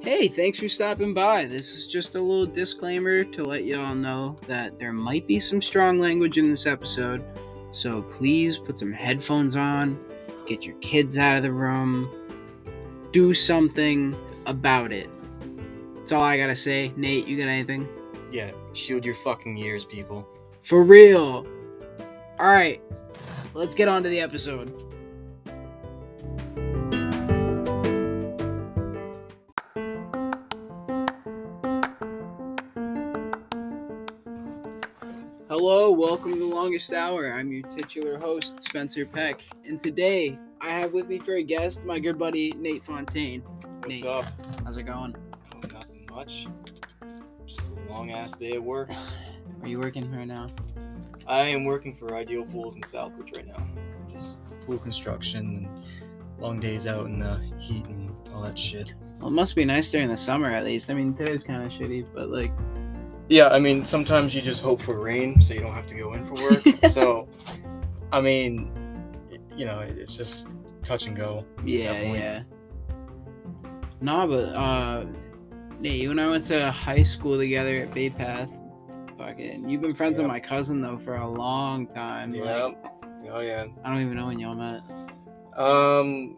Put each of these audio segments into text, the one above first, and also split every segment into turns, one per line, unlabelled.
Hey, thanks for stopping by. This is just a little disclaimer to let y'all know that there might be some strong language in this episode, so please put some headphones on, get your kids out of the room, do something about it. That's all I gotta say. Nate, you got anything?
Yeah, shield your fucking ears, people.
For real. All right, let's get on to the episode. Hello, welcome to the longest hour. I'm your titular host, Spencer Peck, and today I have with me for a guest my good buddy Nate Fontaine.
What's
Nate.
up?
How's it going?
Oh, nothing much. Just a long ass day at work.
Are you working right now?
I am working for Ideal Pools in Southbridge right now. Just pool construction and long days out in the heat and all that shit.
Well, it must be nice during the summer at least. I mean, today's kind of shitty, but like,
Yeah, I mean, sometimes you just hope for rain so you don't have to go in for work. so, I mean, y- you know, it- it's just touch and go.
yeah,
Definitely.
yeah. Nah, but uh, Nate, you and I went to high school together at Bay Path. Fucking, you've been friends with
Yep.
my cousin though for a long time. Like,
Oh, yeah.
I don't even know when y'all met.
Um,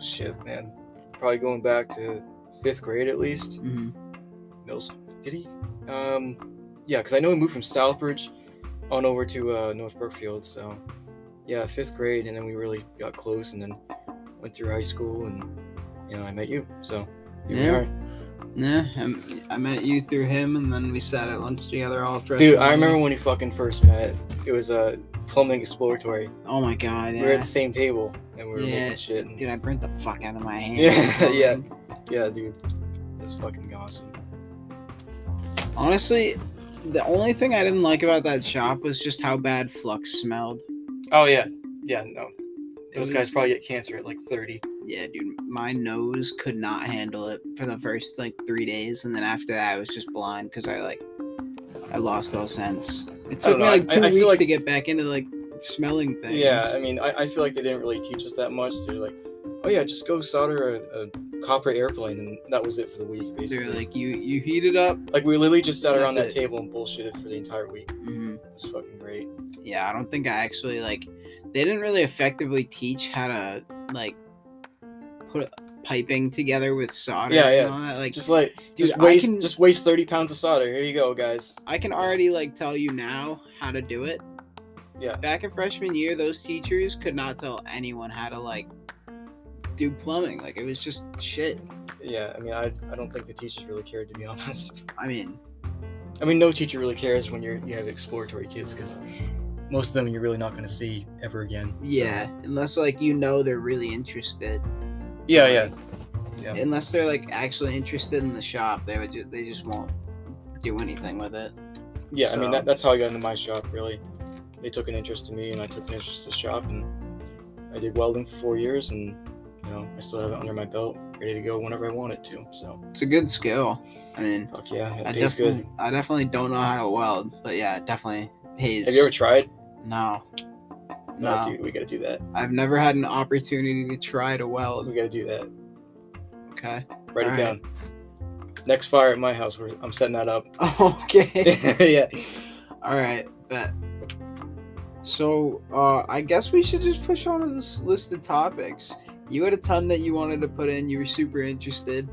shit, man. Probably going back to fifth grade at least.
hmm
middle school. Did he? Um, yeah, because I know he moved from Southbridge on over to uh, North Brookfield. So, yeah, fifth grade, and then we really got close, and then went through high school, and you know, I met you. So, here we
Yeah.
are.
Yeah, I- I met you through him, and then we sat at lunch together all freshman.
dude. I
year.
remember when we fucking first met. It was a uh, plumbing exploratory.
Oh my god,
We were
yeah.
at the same table, and we were
Yeah,
making shit. And,
dude, I burnt the fuck out of my hand.
Yeah, yeah. yeah, dude, that's fucking awesome.
Honestly, the only thing I didn't like about that shop was just how bad Flux smelled.
Oh yeah, yeah, no. Those
was-
guys probably get cancer at like 30.
Yeah, dude, my nose could not handle it for the first like three days, and then after that, I was just blind because I like I lost all sense. It
I
took
don't
me
know,
like
I-
two
I feel
weeks
like-
to get back into like smelling things.
Yeah, I mean, I, I feel like they didn't really teach us that much. They're like, oh yeah, just go solder a, a copper airplane, and that was it for the week,
they're
basically. Like,
like you you heat it up.
we literally just sat around that
That's it.
table and bullshitted for the entire week.
Mm-hmm.
It's fucking great.
yeah i don't think i actually like they didn't really effectively teach how to like put piping together with solder
Yeah, yeah.
and all that. like
Just like,
Dude,
just
I
waste,
can-
just waste thirty pounds of solder. Here you go, guys.
i can already like tell you now how to do it
Yeah.
back in freshman year those teachers could not tell anyone how to like do plumbing like it was just shit
Yeah, I mean, I, I don't think the teachers really cared to be honest.
i mean
I mean, no teacher really cares when you're you have exploratory kids because most of them you're really not gonna see ever again. so-
yeah unless like you know they're really interested
Yeah, yeah. Yeah.
unless they're like actually interested in the shop they would just they just won't do anything with it
Yeah, I
So-
mean that, that's how I got into my shop. Really, they took an interest in me, and I took an interest to shop, and I did welding for four years, and you know I still have it under my belt, ready to go whenever I want it to. So
it's a good skill i mean
fuck yeah, it
I
pays
definitely,
good.
I definitely don't know how to weld, but yeah, it definitely pays.
Have you ever tried?
No. No,
dude, we gotta do that.
I've never had an opportunity to try to
We
weld.
gotta do that.
Okay.
Write
All
it down. Next fire at my house, we're, I'm setting that up.
Okay.
yeah.
All right, bet. So, uh, I guess we should just push on to this list of topics. You had a ton that you wanted to put in. You were super interested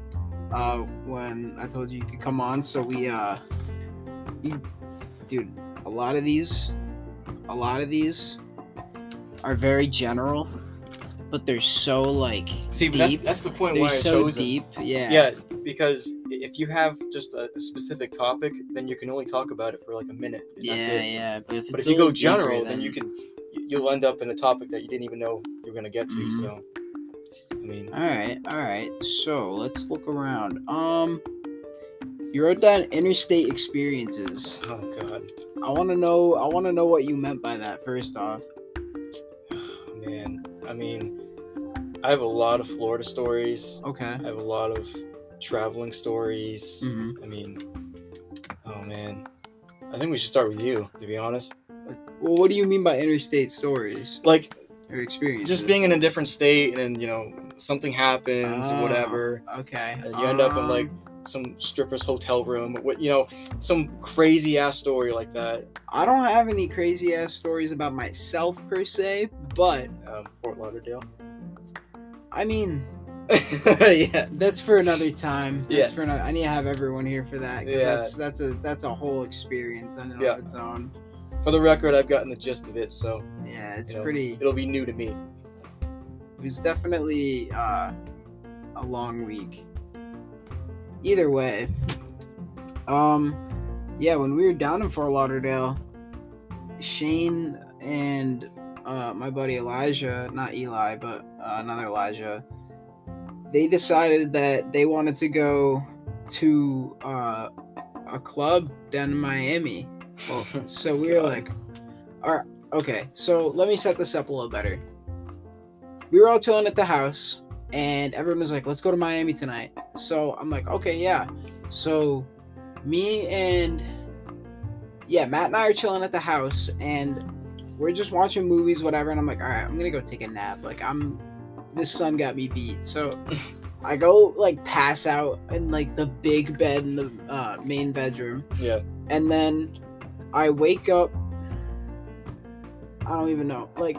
uh, when I told you you could come on. So we, uh, you, dude, a lot of these, a lot of these are very general, but they're so like
See,
but that's- Deep.
that's the point
they're so deep. Yeah.
Yeah, because i- if you have just a, a specific topic, then you can only talk about it for like a minute. And
Yeah,
that's it.
yeah. But if, it's
but if
a
you go
little deeper,
general, then you can you'll end up in a topic that you didn't even know you were gonna get to.
Mhm.
So, I mean,
All right, all right. So let's look around. Um, you wrote down interstate experiences.
oh god,
I want to know. I want to know what you meant by that. First off,
man. I mean, I have a lot of Florida stories.
okay.
I have a lot of traveling stories.
hmm
I mean, oh man, I think we should start with you. To be honest,
Well, what do you mean by interstate stories?
like
or experiences?
Just being in a different state, and then you know something happens, or
Oh.
whatever.
Okay.
And you end up in like
um,
some stripper's hotel room, or what you know, some crazy ass story like that.
I don't have any crazy ass stories about myself per se, but
Um, Fort Lauderdale.
I mean
yeah.
that's for another time. That's
Yeah.
for another. I need to have everyone here for that. 'cause
Yeah.
That's that's a that's a whole experience on and
Yeah.
of its own.
For the record, I've gotten the gist of it, so
Yeah, it's
you know,
pretty.
It'll be new to me.
It was definitely uh, a long week. Either way, um, yeah, when we were down in Fort Lauderdale, Shane and uh, my buddy Elijah, not Eli, but uh, another Elijah, they decided that they wanted to go to uh, a club down in Miami. Well, so we were
God.
like, all right, okay, so let me set this up a little better. We were all chilling at the house, and everyone was like, let's go to Miami tonight. So I'm like, okay, yeah. So me and, yeah, Matt and I are chilling at the house, and we're just watching movies, whatever. And I'm like, all right, I'm going to go take a nap. Like, I'm, this sun got me beat. So. I go like pass out in like the big bed in the uh, main bedroom,
Yeah.
and then I wake up. I don't even know. Like,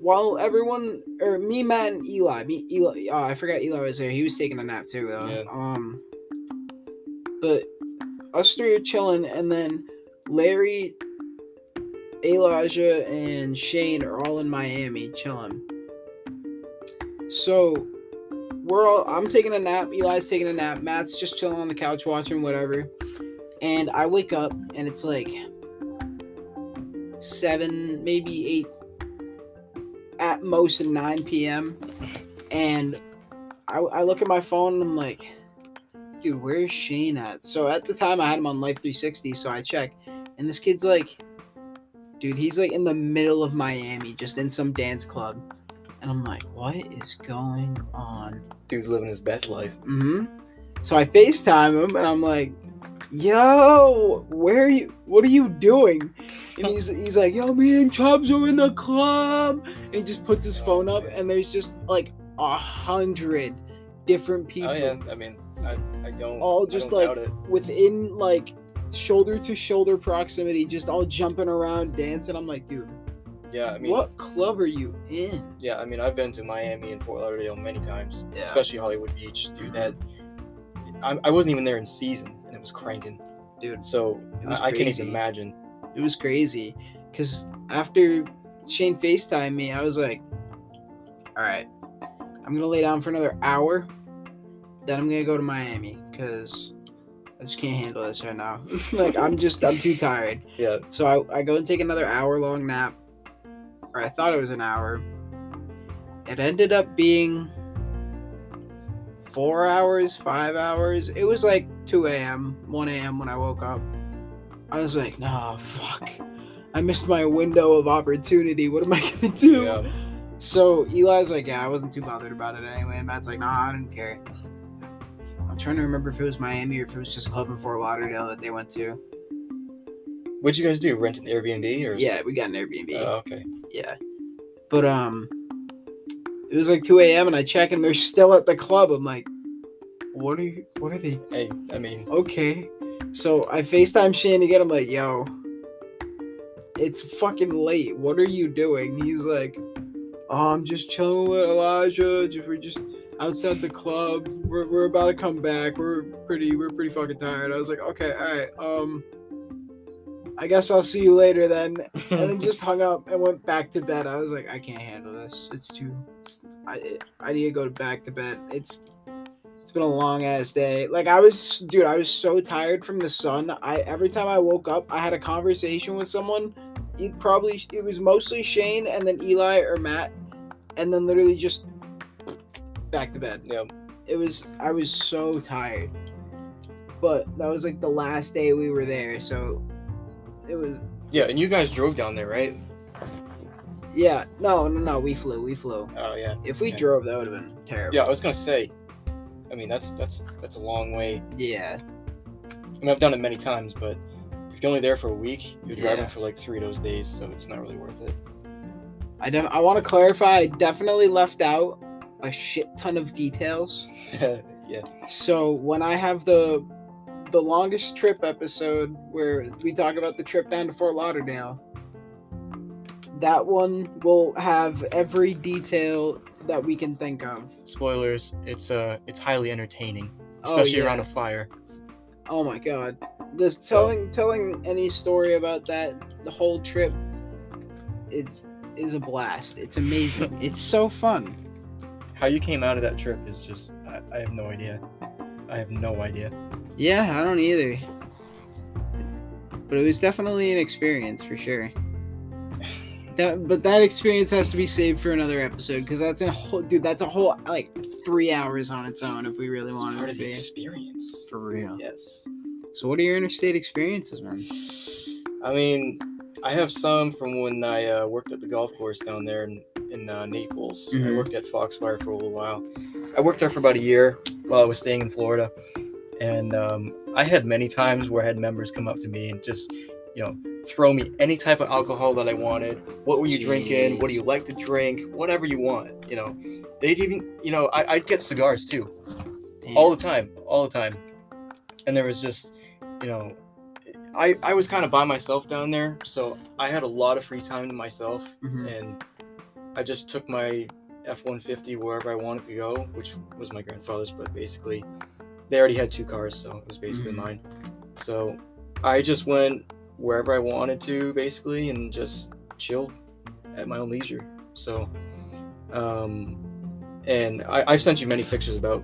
while everyone or me, Matt, and Eli, me, Eli, oh, I forgot Eli was there. He was taking a nap too. Though.
Yeah.
Um, but us three are chilling, and then Larry, Elijah, and Shane are all in Miami chilling. So we're all. I'm taking a nap. Eli's taking a nap. Matt's just chilling on the couch watching whatever and I wake up and it's like seven, maybe eight, at most at nine p.m. And I, I look at my phone and I'm like, dude, where's Shane at? So at the time I had him on Life 360, so I check, and this kid's like, dude, he's like in the middle of Miami, just in some dance club, and I'm like, what is going on?
Dude's living his best life.
hmm So I FaceTime him and I'm like, yo, where are you? What are you doing? And he's, he's like, yo, me and Chubbs are in the club. And he just puts his
Oh,
phone up
man.
and there's just like a hundred different people
Oh yeah. I mean, I, I don't.
all
I
just
don't
like
doubt it.
within like shoulder to shoulder proximity, just all jumping around, dancing. I'm like, dude,
Yeah. I mean.
what club are you in?
Yeah. I mean, I've been to Miami and Fort Lauderdale many times,
Yeah.
especially Hollywood Beach. Dude, that. I, I wasn't even there in season, and it was cranking.
Dude,
So
It was
I, I can't
crazy.
even imagine.
It was crazy because after Shane FaceTimed me, I was like, all right, I'm going to lay down for another hour. Then I'm going to go to Miami because I just can't handle this right now. like, I'm just, I'm too tired.
Yeah.
So I, I go and take another hour long nap, or I thought it was an hour. It ended up being four hours, five hours. It was like 2 a.m., 1 a.m. when I woke up. I was like, nah, fuck. I missed my window of opportunity. What am I gonna do?
Yeah.
So Eli's like, yeah, I wasn't too bothered about it anyway. And Matt's like, nah, I didn't care. I'm trying to remember if it was Miami or if it was just a club in Fort Lauderdale that they went to.
What'd you guys do? Rent an Airbnb or?
Yeah, we got an Airbnb.
Oh, okay.
Yeah. But um it was like 2 a.m. and I check and they're still at the club. I'm like, what are you what are they
Hey, I mean,
okay? So I FaceTime Shane again, I'm like, yo, it's fucking late. What are you doing? He's like, Oh, I'm just chilling with Elijah. Just, we're just outside the club. We're, we're about to come back. We're pretty we're pretty fucking tired. I was like, okay, alright, um I guess I'll see you later then and then just hung up and went back to bed. I was like, I can't handle this. It's too. It's, I it- I need to go back to bed. It's it's been a long ass day. Like I was, dude, I was so tired from the sun. I every time I woke up, I had a conversation with someone. It probably it was mostly Shane and then Eli or Matt, and then literally just back to bed.
yeah.
It was I was so tired. But that was like the last day we were there, so it was
Yeah, and you guys drove down there, right?
Yeah, no, no, no. We flew. We flew.
Oh yeah.
If we
Okay.
drove, that would have been terrible.
Yeah, I was gonna say. I mean, that's that's that's a long way.
Yeah.
I mean, I've done it many times, but if you're only there for a week, you're driving
Yeah.
for like three of those days, so it's not really worth it.
I def- I want to clarify. I definitely left out a shit ton of details.
yeah.
So when I have the the longest trip episode where we talk about the trip down to Fort Lauderdale, that one will have every detail that we can think of.
Spoilers. It's uh, it's highly entertaining,
Oh,
especially
yeah.
around a fire.
Oh my god. This
So-
telling telling any story about that the whole trip it's is a blast. It's amazing. it's so fun.
How you came out of that trip is just I, I have no idea. I have no idea.
Yeah, I don't either. But it was definitely an experience for sure. That, but that experience has to be saved for another episode because that's a whole dude. That's a whole like three hours on its own if we really
It's
wanted
part
it
of
to be.
the experience.
For real.
Yes.
So, what are your interstate experiences, man?
I mean, I have some from when I uh, worked at the golf course down there in, in uh, Naples. I
Mhm.
worked at Foxfire for a little while. I worked there for about a year while I was staying in Florida, and um, I had many times where I had members come up to me and just, you know, throw me any type of alcohol that I wanted. What were you drinking? What do you like to drink? Whatever you want, you know. They'd even, you know, I, I'd get cigars too all the time, all the time. And there was just, you know, I I was kind of by myself down there, so I had a lot of free time to myself,
Mhm.
and I just took my F one fifty wherever I wanted to go, which was my grandfather's, but basically, they already had two cars, so it was basically
Mhm.
mine. So I just went wherever I wanted to, basically, and just chilled at my own leisure. So, um, and I, I've sent you many pictures about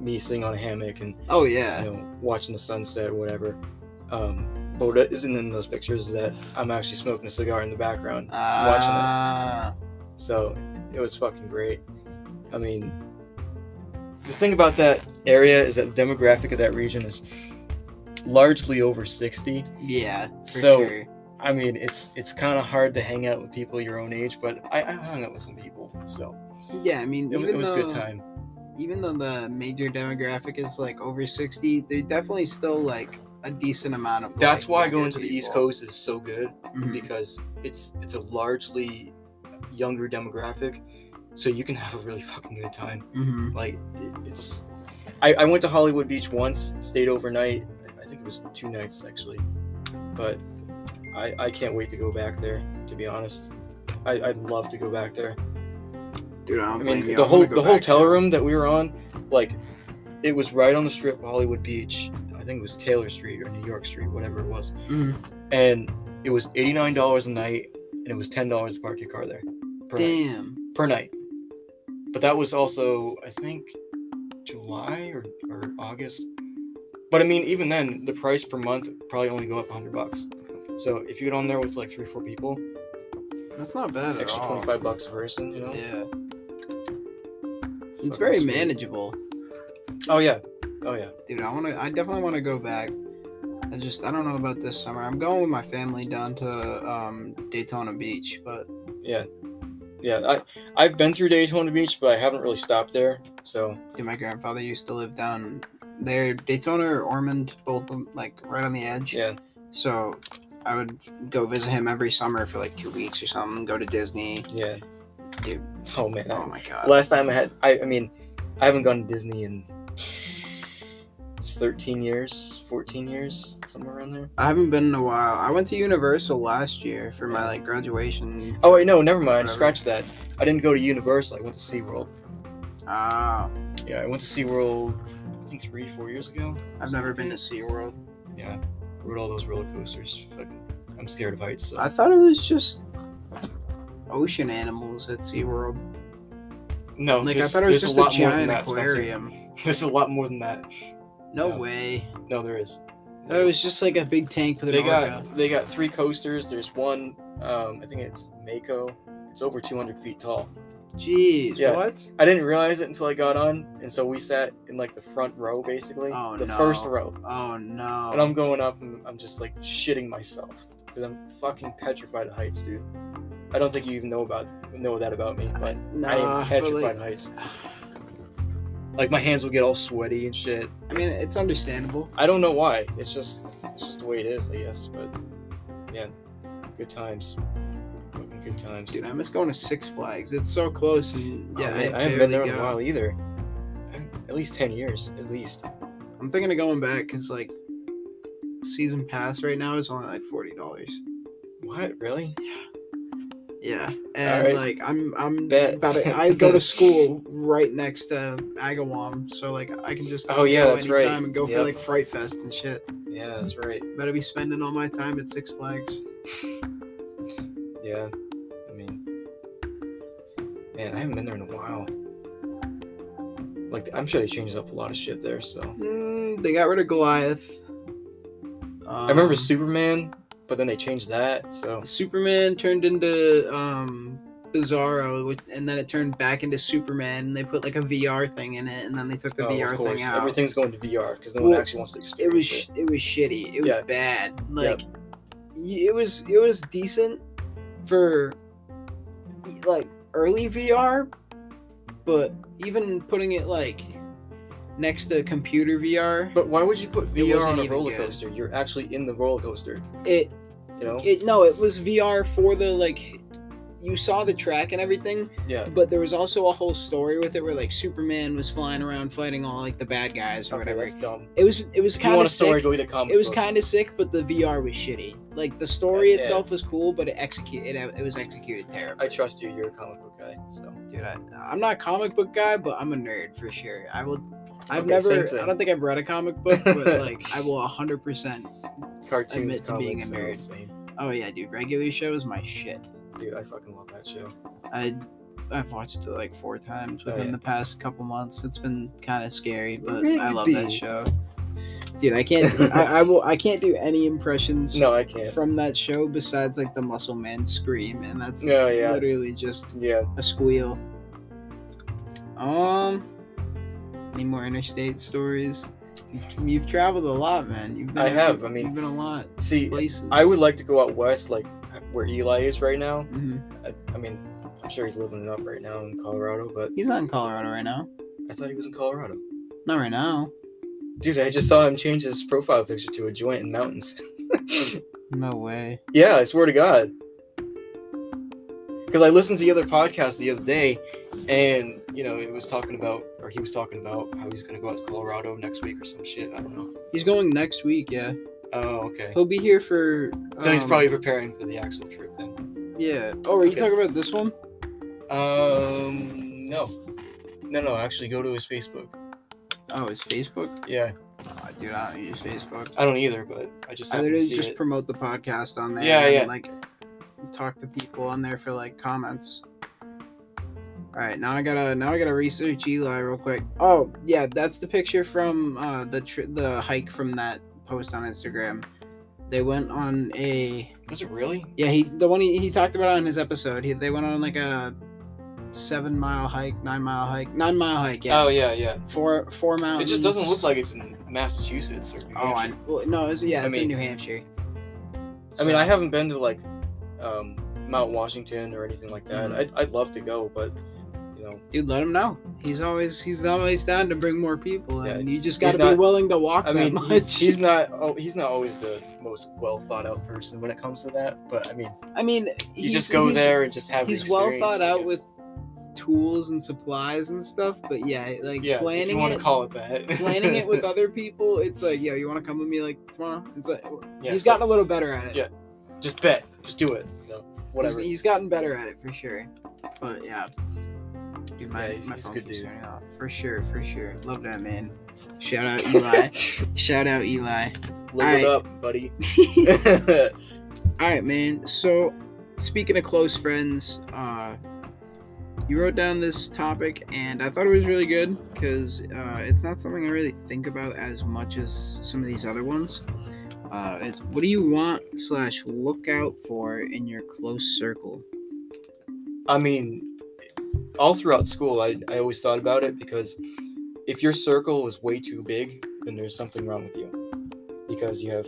me sitting on a hammock and
Oh
you
yeah.
know watching the sunset or whatever. Um, but what isn't in those pictures is that I'm actually smoking a cigar in the background. watching that.
Ah.
So it was fucking great. I mean, the thing about that area is that the demographic of that region is largely over 60.
Yeah. For
So-
sure.
I mean, it's it's kind of hard to hang out with people your own age, but I, I hung out with some people, so
yeah, I mean,
it,
even
it was a
though,
good time.
Even though the major demographic is like over sixty, there's definitely still like a decent amount of.
That's
like,
why
younger
going to the East
people.
Coast is so good.
Mhm.
because it's it's a largely younger demographic so you can have a really fucking good time
Mhm.
like it- it's I, I went to hollywood beach once stayed overnight i think it was two nights actually but i i can't wait to go back there to be honest I, i'd love to go back there
Dude, I,
i
don't
mean
blame you.
the
I wanna
whole
go
the whole
back to-
hotel room that we were on like it was right on the strip of hollywood beach i think it was taylor street or new york street whatever it was
Mhm.
and it was eighty nine dollars a night, and it was ten dollars to park your car there per night,
Damn.
per night. But that was also, I think, July or, or August. But I mean, even then, the price per month probably only go up hundred bucks. So if you get on there with like three, four people,
That's not bad at
extra
all.
twenty five bucks a person, you know?
Yeah.
Fucking
It's very
sweet.
manageable,
Oh yeah, oh yeah.
dude. I wanna. I definitely want to go back. I just. I don't know about this summer. I'm going with my family down to um, Daytona Beach, but
Yeah, I I've been through Daytona Beach, but I haven't really stopped there. So
dude, my grandfather used to live down there, Daytona or Ormond, both of 'em, like right on the edge.
yeah,
So I would go visit him every summer for like two weeks or something. Go to Disney.
yeah.
Dude.
Oh man, I-
Oh my god.
last time I had, I, I mean, I haven't gone to Disney in 13 years, 14 years, somewhere around there.
I haven't been in a while. I went to Universal last year for my like graduation.
Oh, wait, no, never
Whatever.
mind. Scratch that. I didn't go to Universal. I went to SeaWorld.
Ah,
Yeah, I went to SeaWorld, I think three, four years ago.
I've never been to SeaWorld.
Yeah, rode all those roller coasters. Fucking- I'm scared of heights. So.
I thought it was just ocean animals at SeaWorld.
no,
Like I
there's,
thought it was
there's
just
a
a,
lot more than
giant
that, Spencer.
aquarium.
There's a lot more than that.
No
Yeah.
way.
No, there is.
I thought it was just like a big tank with an
they
orca.
got they got three coasters. There's one, um, I think it's Mako. It's over 200 feet tall.
Jeez,
Yeah.
what?
I didn't realize it until I got on, and so we sat in like the front row, basically,
Oh,
the
no.
first row.
Oh no.
And I'm going up, and I'm just like shitting myself because I'm fucking petrified of heights, dude. I don't think you even know about know that about me, but
Nah,
I am
but,
petrified
like,
of heights. Like my hands will get all sweaty and shit.
I mean, it's understandable.
I don't know why. It's just it's just the way it is, I guess. But yeah, good times. Fucking good times.
Dude, I miss going to Six Flags. It's so close, and
Oh,
yeah,
man,
I,
I, haven't been there
barely
in a
go.
while either. I- At least ten years, at least.
I'm thinking of going back because like season pass right now is only like forty dollars.
What really?
Yeah, and
right.
like I'm I'm
Bet.
about to, I go to school right next to Agawam, so like I can just
Oh, yeah,
go
that's right.
anytime and go for
Yep.
like Fright Fest and shit.
Yeah, that's right.
Better be spending all my time at Six Flags.
Yeah, I mean, man, I haven't been there in a while. Like, I'm sure they changed up a lot of shit there. So
Mm, they got rid of Goliath.
I remember
Um,
Superman, but then they changed that. So
Superman turned into um, Bizarro, which, and then it turned back into Superman. And they put like a VR thing in it, and then they took the
Oh,
VR
of course,
thing out.
everything's going to VR because no
Well,
one actually wants to
it
experience it.
was sh- it was shitty. It was
Yeah.
bad. Like y it was it was decent for e, like early VR, but even putting it like next to computer VR,
But why would you put
It
VR
wasn't
on a
even
roller
good.
coaster? You're actually in the roller coaster.
it
You know?
it no, it was VR for the like you saw the track and everything,
yeah.
but there was also a whole story with it where like Superman was flying around fighting all like the bad guys or
Okay,
whatever.
that's dumb.
It was it was
If you
kind
want
of
a story,
sick.
go eat a comic
It was
book.
kind of sick, but the VR was shitty. Like the story
Yeah.
itself was cool, but it execute it, it was executed terribly.
I trust you. You're a comic book guy, so
Dude, I, I'm not a comic book guy, but I'm a nerd for sure. I will. I've
Okay, same
never.
thing.
I don't think I've read a comic book, but like I will 100. percent
cartoons,
Admit to being
comics,
a
are all
nerd.
the same.
Oh yeah, dude. Regular show is my shit.
Dude, I fucking love that show.
I I've watched it like four times
Oh,
within
yeah.
the past couple months. It's been kind of scary, but I
Rigby.
love that show. Dude, I can't. I, I will. I can't do any impressions.
No, I can't.
From that show, besides like the Muscle Man scream, and that's
No, yeah,
literally just
yeah.
a squeal. Um, any more interstate stories? You've, you've traveled a lot, man. You've been
I have,
every-
I mean,
you've been a lot
See,
places.
I would like to go out west, like where Eli is right now.
Mhm.
I, I mean, I'm sure he's living it up right now in Colorado, but
He's not in Colorado right now.
I thought he was in Colorado.
Not right now.
Dude, I just saw him change his profile picture to a joint in mountains.
No way.
Yeah, I swear to God. Because I listened to the other podcast the other day, and you know it was talking about, or he was talking about how he's gonna go out to Colorado next week or some shit. I don't know.
He's going next week. Yeah,
Oh, okay.
he'll be here for.
So he's
um,
probably preparing for the actual trip then.
Yeah. Oh, are you
Okay.
talking about this one?
Um, no, no, no. Actually, go to his Facebook.
Oh, his Facebook.
Yeah,
Oh, dude, I don't use Facebook.
I don't either, but I just
I
happened to
literally
see
just
it.
promote the podcast on there.
Yeah,
and,
yeah.
Like, talk to people on there for like comments. All right, now I gotta now I gotta research Eli real quick. Oh yeah, that's the picture from uh, the tri- the hike from that post on Instagram. They went on a
Is it really?
yeah he the one he, he talked about on his episode. He, they went on like a seven mile hike, nine mile hike, nine mile hike. Yeah,
Oh yeah, yeah.
four four
It
mountains.
just doesn't look like it's in Massachusetts or New
Oh, I,
Hampshire.
well, no, it's, yeah,
I
it's in
mean-
New Hampshire.
I mean, I
So-
haven't been to like um, Mount Washington or anything like that.
Mhm.
I'd, I'd love to go, but you know,
dude, let him know. He's always he's always down to bring more people,
Yeah,
and you just
he's
gotta be
not-
willing to walk
I mean,
that
he-
much.
he's not oh, he's not always the most well thought out person when it comes to that. But I mean,
I mean,
you
he's-
just go
he's-
there and just have. the
He's well
experience,
thought
I
out
guess.
with tools and supplies and stuff, but yeah, like
yeah, if you
planning
want
it,
to call it that.
planning it with other people. It's like, yo, you want to come with me like tomorrow? It's like he's
yeah, so
gotten a little better at it.
Yeah, just bet, just do it. You know, whatever.
He's, he's gotten better at it for sure. But yeah. Dude, my,
Yeah, he's-
my
he's a
phone
good
keeps
dude.
turning off. For sure, for sure. Love that man. Shout out Eli. Shout out Eli. Alright.
Live it up, buddy.
All right, man. So, speaking of close friends, uh, you wrote down this topic, and I thought it was really good because uh, it's not something I really think about as much as some of these other ones. Uh, it's what do you want slash look out for in your close circle?
I mean, all throughout school, I, I always thought about it because if your circle is way too big, then there's something wrong with you. Because you have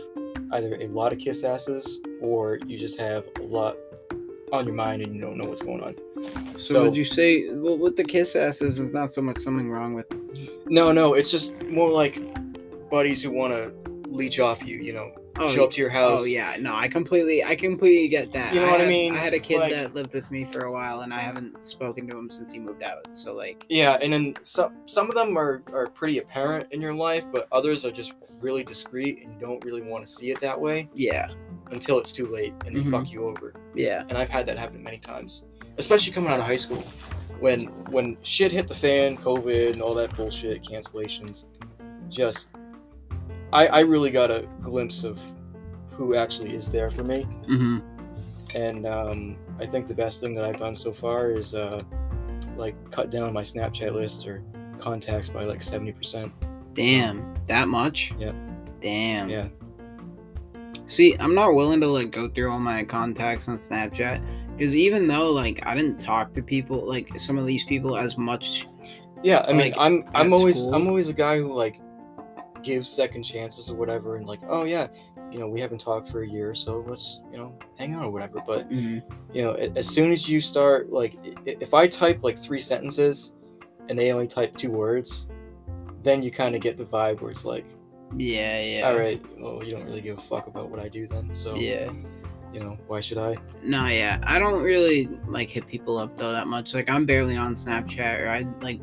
either a lot of kiss asses or you just have a lot on your mind and you don't know what's going on.
So,
So-
would you say well, with the kiss asses is not so much something wrong with?
No, no, it's just more like buddies who want to leech off you, you know,
Oh,
show up to your house.
Oh yeah, no, I completely, I completely get that.
You know what I
have-
mean?
I had a kid
Like-
that lived with me for a while, and I haven't spoken to him since he moved out. So like,
Yeah, and then some some of them are, are pretty apparent in your life, but others are just really discreet and you don't really want to see it that way
yeah,
until it's too late and they
Mhm.
fuck you over.
yeah,
And I've had that happen many times. Especially coming out of high school. When when shit hit the fan, COVID and all that bullshit, cancellations. Just I, I really got a glimpse of who actually is there for me.
mm-hmm.
And um, I think the best thing that I've done so far is uh, like cut down my Snapchat list or contacts by like 70%.
damn, that much.
Yeah.
Damn.
Yeah.
See, I'm not willing to like go through all my contacts on Snapchat because even though like I didn't talk to people like some of these people as much.
Yeah, I mean,
Like,
I'm
at
I'm always
school?
I'm always a guy who like gives second chances or whatever and like, "Oh yeah, you know, we haven't talked for a year, so let's, you know, hang out or whatever." But
Mhm.
you know a- as soon as you start like i- if i type like three sentences and they only type two words then you kind of get the vibe where it's like
Yeah, yeah.
all right well you don't really give a fuck about what i do then so
Yeah.
you know why should i
No, yeah, I don't really like hit people up though that much. Like I'm barely on Snapchat, or I like,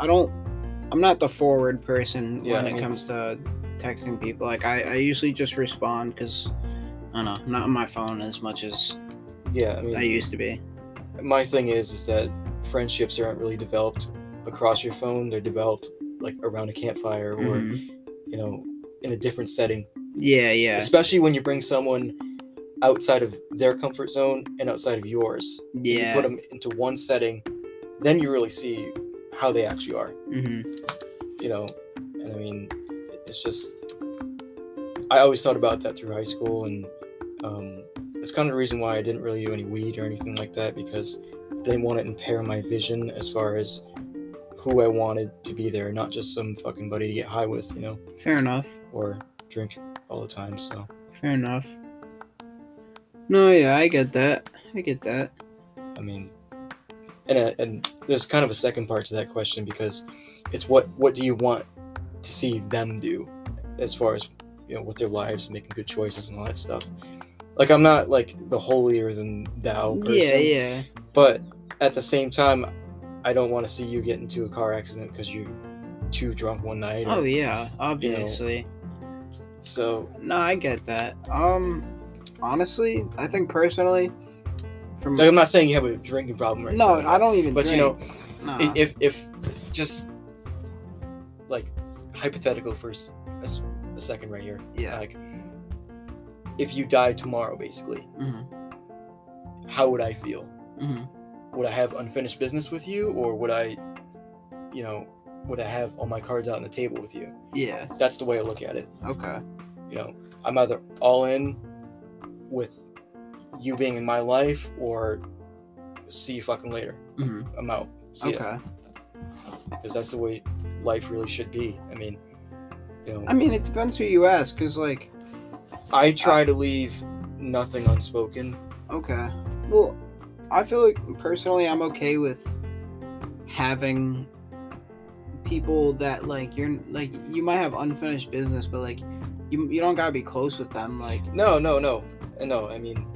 I don't, I'm not the forward person
Yeah,
when
I
it
mean-
comes to texting people. Like I, I usually just respond because I don't know, I'm not on my phone as much as
yeah i
I
mean
used to be.
my thing is is that friendships aren't really developed across your phone they're developed like around a campfire or
Mhm.
you know in a different setting
Yeah, yeah,
especially when you bring someone outside of their comfort zone and outside of yours you
yeah.
put them into one setting, then you really see how they actually are.
hmm
You know, and I mean, it's just I always thought about that through high school, and um, it's kind of the reason why I didn't really do any weed or anything like that because I didn't want to impair my vision as far as who I wanted to be there, not just some fucking buddy to get high with, you know,
Fair enough.
or drink all the time. So
Fair enough. No, yeah, I get that. I get that.
I mean, and uh, and there's kind of a second part to that question because it's what what do you want to see them do as far as you know with their lives, making good choices and all that stuff. Like I'm not like the holier than thou person,
Yeah, yeah.
but at the same time, I don't want to see you get into a car accident because you're too drunk one night.
Oh
Or,
yeah, obviously.
So
No, I get that. Um, honestly, I think personally, from
like, I'm not saying you have a drinking problem right
no,
now.
I don't even.
But you
drink.
know,
Nah.
I- if if just like hypothetical for s- a, s- a second right here
yeah,
like if you die tomorrow basically
mm-hmm,
how would i feel
hmm
would i have unfinished business with you or would i you know would i have all my cards out on the table with you
yeah,
that's the way i look at it
okay,
you know i'm either all in with you being in my life or see you fucking later
hmm
i'm out see ya.
okay.
because that's the way life really should be. I mean, you know,
I mean, it depends who you ask, cause like,
I try to leave nothing unspoken.
okay, well, I feel like personally, I'm okay with having people that like you're like you might have unfinished business, but like you you don't gotta be close with them, like
No, no, no, Uh, no. I mean,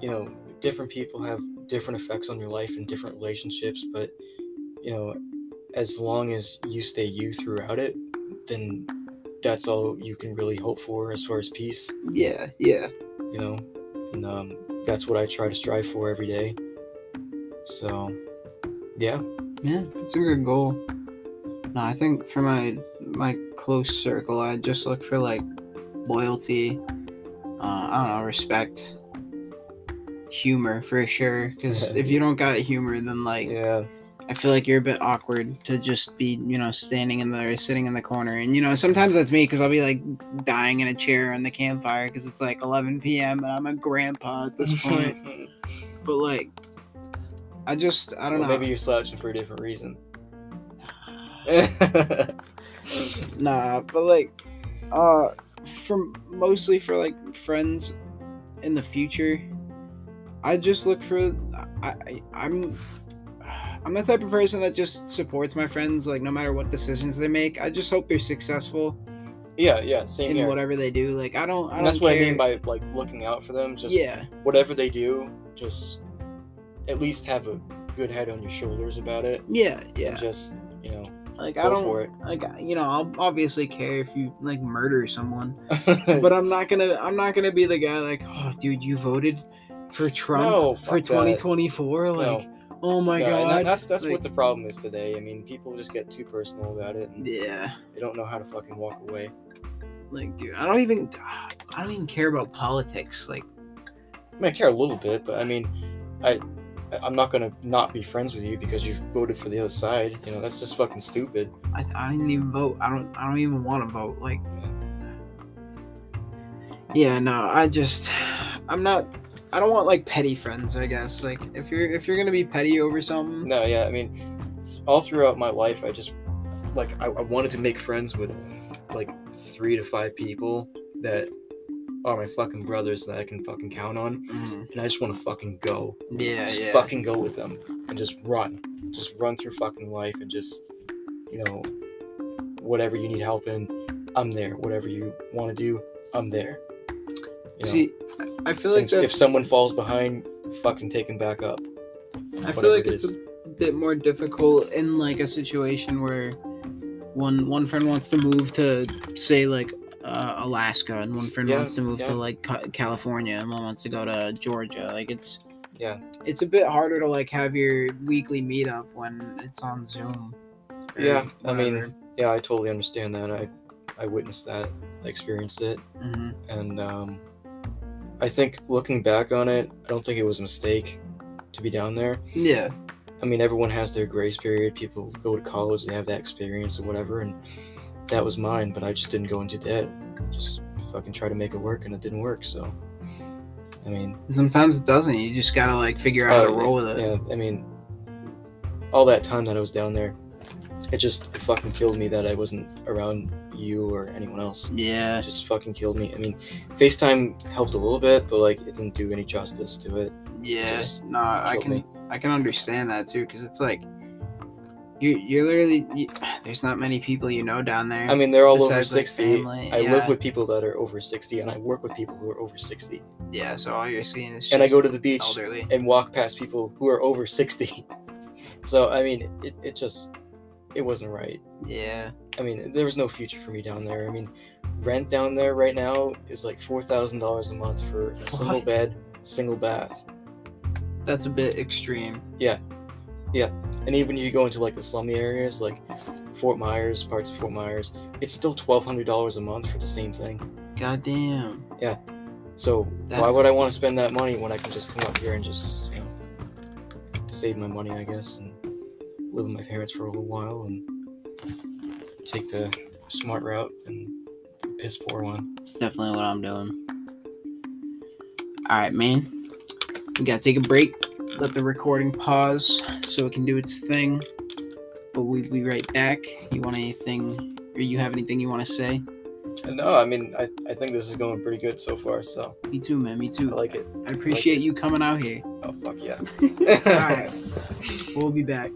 you know, different people have different effects on your life and different relationships, but you know, as long as you stay you throughout it, then that's all you can really hope for as far as peace.
yeah, yeah,
You know, and um, that's what I try to strive for every day. So, yeah.
Yeah, it's a good goal. No, I think for my my close circle, I just look for like loyalty. Uh, I don't know, respect, humor for sure. Because if you don't got humor, then like
Yeah.
I feel like you're a bit awkward to just be you know standing in the or sitting in the corner. And you know sometimes that's me because I'll be like dying in a chair on the campfire because it's like 11 p.m. and I'm a grandpa at this point. but like, I just I don't
Well,
know.
Maybe you're slouching for a different reason.
Nah, but like, uh, from mostly for like friends in the future, I just look for. I, I I'm I'm the type of person that just supports my friends like no matter what decisions they make. I just hope they're successful
Yeah, yeah, same
in
here.
whatever they do. Like I don't. I
and that's
don't
what
care.
I mean by like looking out for them. Just
yeah,
whatever they do, just at least have a good head on your shoulders about it.
yeah,
And
yeah.
just you know,
Like
go
I don't
for it.
like you know I'll obviously care if you like murder someone,
but
but I'm not gonna I'm not gonna be the guy like oh dude you voted for Trump
No,
for
fuck that.
2024 like oh my god
that's that's
like-
what the problem is today. I mean, people just get too personal about it, and
yeah
they don't know how to fucking walk away.
like dude I don't even I don't even care about politics like
I mean, I care a little bit, but I mean, I I'm not gonna not be friends with you because you voted for the other side. You know, that's just fucking stupid.
I, I didn't even vote I don't I don't even want to vote like yeah no I just I'm not I don't want like petty friends I guess like if you're if you're gonna be petty over something
No, yeah, I mean, s- all throughout my life, I just like I, I wanted to make friends with like three to five people that are my fucking brothers that I can fucking count on,
Mhm.
and I just want to fucking go,
yeah
just
yeah
fucking go with them, and just run, just run through fucking life, and just you know, whatever you need help in, I'm there. Whatever you want to do, I'm there. You know,
See, I- I feel
and
like
if,
that's,
if someone falls behind, fucking take them back up.
I feel
whatever
like
it
it's
is.
a bit more difficult in like a situation where one one friend wants to move to say like uh, Alaska, and one friend
Yeah,
wants to move
yeah.
to like Ca- California, and one wants to go to Georgia. Like it's
Yeah.
it's a bit harder to like have your weekly meetup when it's on Zoom. or
Yeah, I
whatever.
mean, yeah, I totally understand that. I, I witnessed that, I experienced it,
Mhm.
and um, I think looking back on it, I don't think it was a mistake to be down there.
yeah,
I mean, everyone has their grace period. People go to college, they have that experience or whatever, and that was mine. But I just didn't go into that. I just fucking try to make it work, and it didn't work. So, I mean,
sometimes it doesn't. You just gotta like figure out how to
Oh,
roll with it.
Yeah, I mean, all that time that I was down there, it just fucking killed me that I wasn't around you or anyone else.
yeah.
It just fucking killed me. I mean, FaceTime helped a little bit, but like it didn't do any justice to it.
Yeah,
just
no, I
killed
can
me.
I can understand that too because it's like you you're literally you, there's not many people you know down there.
I mean, they're all over
Besides, like,
60.
family,
I
yeah.
live with people that are over 60, and I work with people who are over 60.
yeah, so all you're seeing is
and I
just
go to the beach
elderly.
and walk past people who are over 60. so, I mean, it, it just, it wasn't right.
Yeah,
I mean, there was no future for me down there. I mean, rent down there right now is like four thousand dollars a month for a single
What?
bed, single bath.
that's a bit extreme.
And even you go into like the slummy areas, like Fort Myers, parts of Fort Myers, it's still twelve hundred dollars a month for the same thing.
Goddamn.
So why
That's-
would I want to spend that money when I can just come up here and just you know save my money, I guess, and live with my parents for a little while and take the smart route and the piss poor one.
It's definitely what I'm doing. All right, man. We gotta take a break. Let the recording pause so it can do its thing. But we'll be right back. You want anything, or you have anything you want to say?
And no, I mean, I, I think this is going pretty good so far, so
Me too, man. Me
I
too.
like it.
I appreciate you coming out here.
Oh, fuck yeah.
Alright. We'll be back.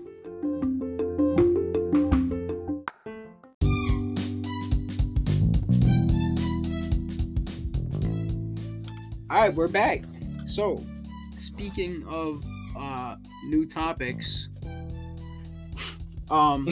All right, we're back. So, speaking of uh, new topics, um,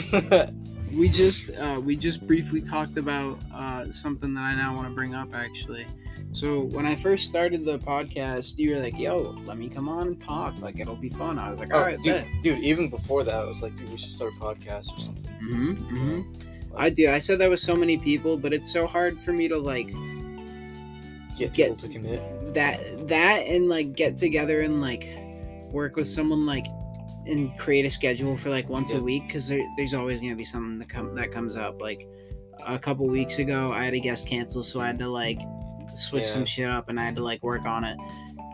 we just uh, we just briefly talked about uh, something that I now want to bring up actually. So when I first started the podcast, you were like, "Yo, let me come on and talk. Like it'll be fun." I was like, "All
oh,
right,
dude, dude, even before that, I was like, dude, we should start a podcast or something.
hmm hmm I dude, I said that with so many people, but it's so hard for me to like
Get,
Get-
people to commit.
that that and like get together and like work with someone like and create a schedule for like once
Yeah.
a week because there, there's always gonna be something that come that comes up. Like a couple weeks ago, I had a guest cancel, so I had to like switch
Yeah.
some shit up and I had to like work on it.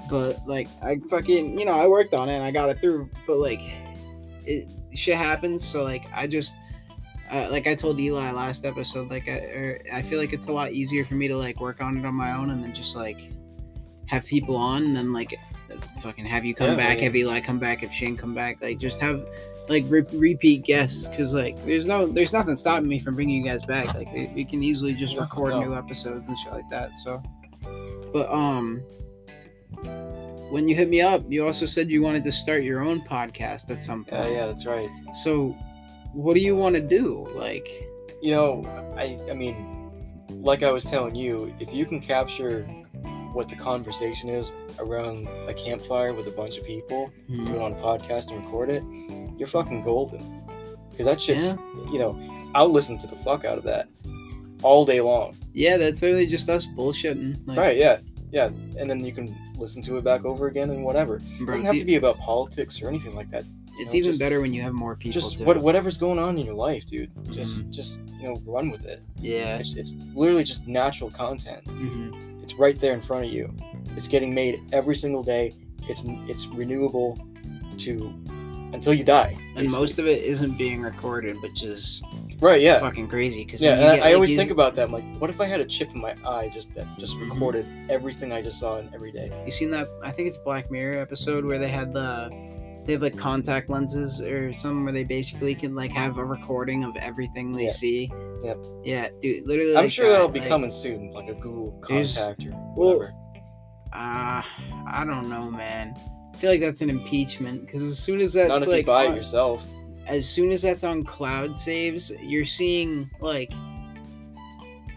But like I fucking you know I worked on it and I got it through. But like it shit happens, so like I just. Uh, like I told Eli last episode, like I, er, I feel like it's a lot easier for me to like work on it on my own and then just like have people on and then like fucking have you come
Yeah,
back,
yeah.
have Eli come back, have Shane come back, like just have like re- repeat guests because like there's no there's nothing stopping me from bringing you guys back. Like we, we can easily just
Yeah,
record
no.
new episodes and shit like that. So, but um, when you hit me up, you also said you wanted to start your own podcast at some point.
Yeah, yeah, that's right.
So, what do you want to do? Like,
You know, I I mean, like I was telling you, if you can capture what the conversation is around a campfire with a bunch of people, put it on a podcast and record it, you're fucking golden. Because that shit's, you know, I'll listen to the fuck out of that all day long.
yeah, that's literally just us bullshitting. Like,
Right? Yeah, yeah. And then you can listen to it back over again and whatever. It
bro,
doesn't
it's,
have
e-
to be about politics or anything like that. you
it's
know,
even
just-
better when you have more people.
Just
too.
what, whatever's going on in your life, dude. Just, just you know, run with it.
Yeah.
It's, it's literally just natural content.
hmm
It's right there in front of you. It's getting made every single day. It's it's renewable to until you die.
And
basically.
most of it isn't being recorded, which is
right, yeah.
fucking crazy. Because
Yeah, and I, I always think about that. I'm like, what if I had a chip in my eye just that just
Mhm.
recorded everything I just saw in every day?
You seen that? I think it's Black Mirror episode where they had the they have like contact lenses or something where they basically can like have a recording of everything they
Yeah.
see.
Yep.
Yeah, dude. Literally.
I'm
like
sure that'll
that,
be
like,
coming soon, like a Google
There's-
contact or
well-
whatever.
Ah, I don't know, man. I feel like that's an impeachment because as soon as that's
Not if
like
you buy
on-
it yourself.
as soon as that's on cloud saves, you're seeing like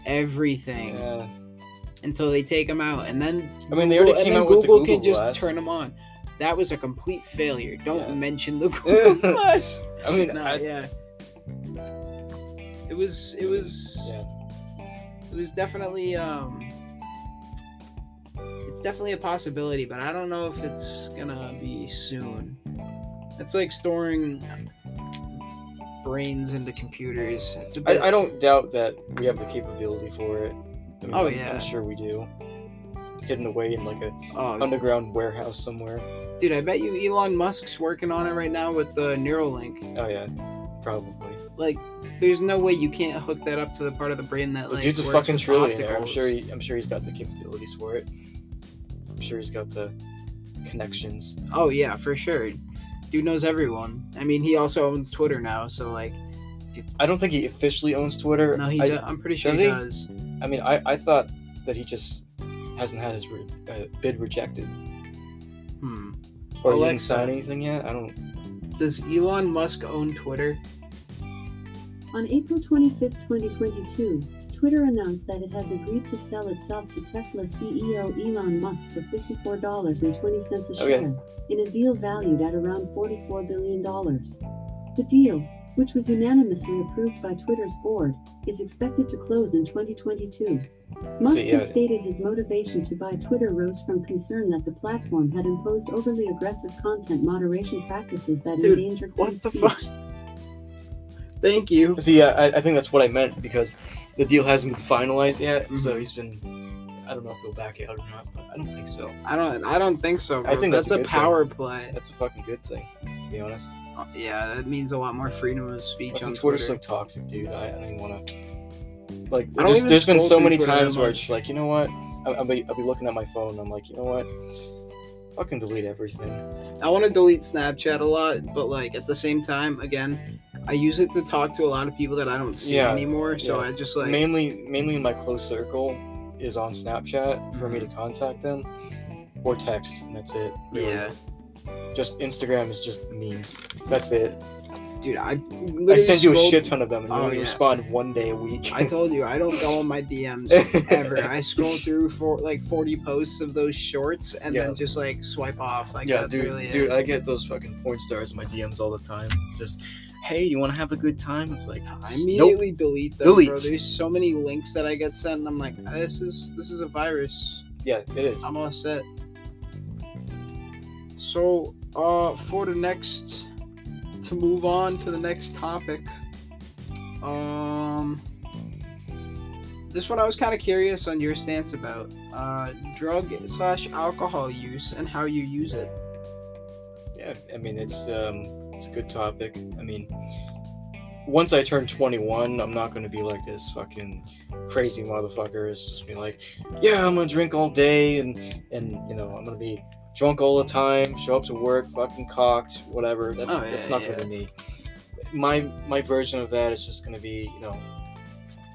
everything
Yeah.
until they take them out, and then
I mean, they already
Well, and
came
then
out
Google,
with the Google
can just
Glass.
turn them on. That was a complete failure. Don't
Yeah.
mention the Google Glass.
I mean,
No,
I,
yeah. It was. It was.
yeah.
It was definitely. Um. It's definitely a possibility, but I don't know if it's gonna be soon. It's like storing brains into computers. It's a bit.
I, I don't doubt that we have the capability for it. I mean,
Oh,
I'm-
yeah.
I'm sure we do. Hidden away in like a
oh,
underground warehouse somewhere.
dude, I bet you Elon Musk's working on it right now with the Neuralink.
Oh yeah, probably.
like there's no way you can't hook that up to the part of the brain that
The
like
dude's a
works
fucking
with
trillionaire. I'm
opticals.
sure. He, I'm sure he's got the capabilities for it. I'm sure he's got the connections.
oh yeah for sure dude knows everyone i mean he also owns twitter now so like
I don't think he officially owns Twitter.
no he
I,
does, i'm pretty sure
does
he
he?
does
I mean, I, I thought that he just hasn't had his re- uh, bid rejected,
hmm
or he didn't
Alexa.
sign anything yet. I don't.
does elon musk own twitter
On April 25, 2022, Twitter announced that it has agreed to sell itself to Tesla CEO Elon Musk for $54.20 a
Okay.
share, in a deal valued at around $44 billion. The deal, which was unanimously approved by Twitter's board, is expected to close in 2022. Musk
yeah.
has stated his motivation to buy Twitter rose from concern that the platform had imposed overly aggressive content moderation practices that
Dude,
endangered
what
free
the
speech.
fuck? thank you
See, yeah, I, I think that's what I meant because the deal hasn't been finalized yet. So
Mhm.
he's been. I don't know if he'll back out or not, but I don't think so.
i don't i don't think so
I
bro.
think
that's,
that's a
a
good thing.
power play
That's a fucking good thing, to be honest.
Uh, yeah that means a lot more freedom of speech
Fucking
on
Twitter's
twitter
so toxic, dude. I, I don't even want to. Like,
I don't
there's,
even
there's been
scroll
so
through
many
Twitter that
times where it's
much.
just like, you know what? I'll, I'll, be, I'll be looking at my phone and I'm like, you know what? Fucking delete everything.
I want to delete Snapchat a lot, but like at the same time, again, I use it to talk to a lot of people that I don't see
Yeah,
anymore. So
yeah.
I just like,
mainly, mainly in my close circle is on Snapchat for me to
Mm-hmm.
contact them or text, and that's it. really.
yeah,
Just Instagram is just memes. That's it.
dude, I
I
literally
send you a
scroll-
shit ton of them and you
Oh,
only
yeah.
respond one day a week.
I told you I don't go on my DMs ever. I scroll through for like 40 posts of those shorts and
Yeah.
then just like swipe off. Like
yeah,
that's
dude,
really
dude,
it.
I get those fucking porn stars in my DMs all the time. Just, hey, you want to have a good time? It's like,
I
nope.
immediately delete them.
Delete.
Bro. There's so many links that I get sent, and I'm like, "Ah, this is this is a virus.
Yeah, it is.
I'm all set. So, uh, for the next, to move on to the next topic, um, this one I was kind of curious on your stance about, uh, drug slash alcohol use and how you use it.
Yeah, I mean, it's um, it's a good topic. I mean, once I turn 21, I'm not gonna be like this fucking crazy motherfucker. It's just be like, yeah, I'm gonna drink all day, and and you know, I'm gonna be drunk all the time, show up to work fucking cocked, whatever. That's
Oh, yeah,
that's not
yeah.
gonna be me. My my version of that is just gonna be you know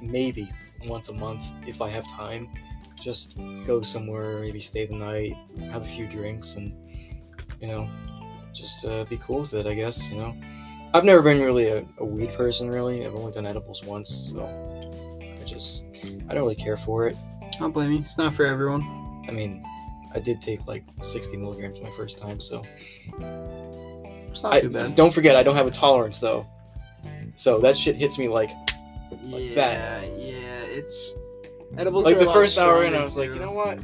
maybe once a month if I have time, just go somewhere, maybe stay the night, have a few drinks, and you know just uh, be cool with it. I guess you know. I've never been really a, a weed person, really. I've only done edibles once, so I just I don't really care for it.
I don't blame you. It's not for everyone.
I mean, I did take like 60 milligrams my first time, so
It's not
I,
too bad.
don't forget I don't have a tolerance though. So that shit hits me like
yeah,
that.
yeah. It's edibles.
like
are a
the
lot
first hour in
stronger,
I was like, you
too.
know what?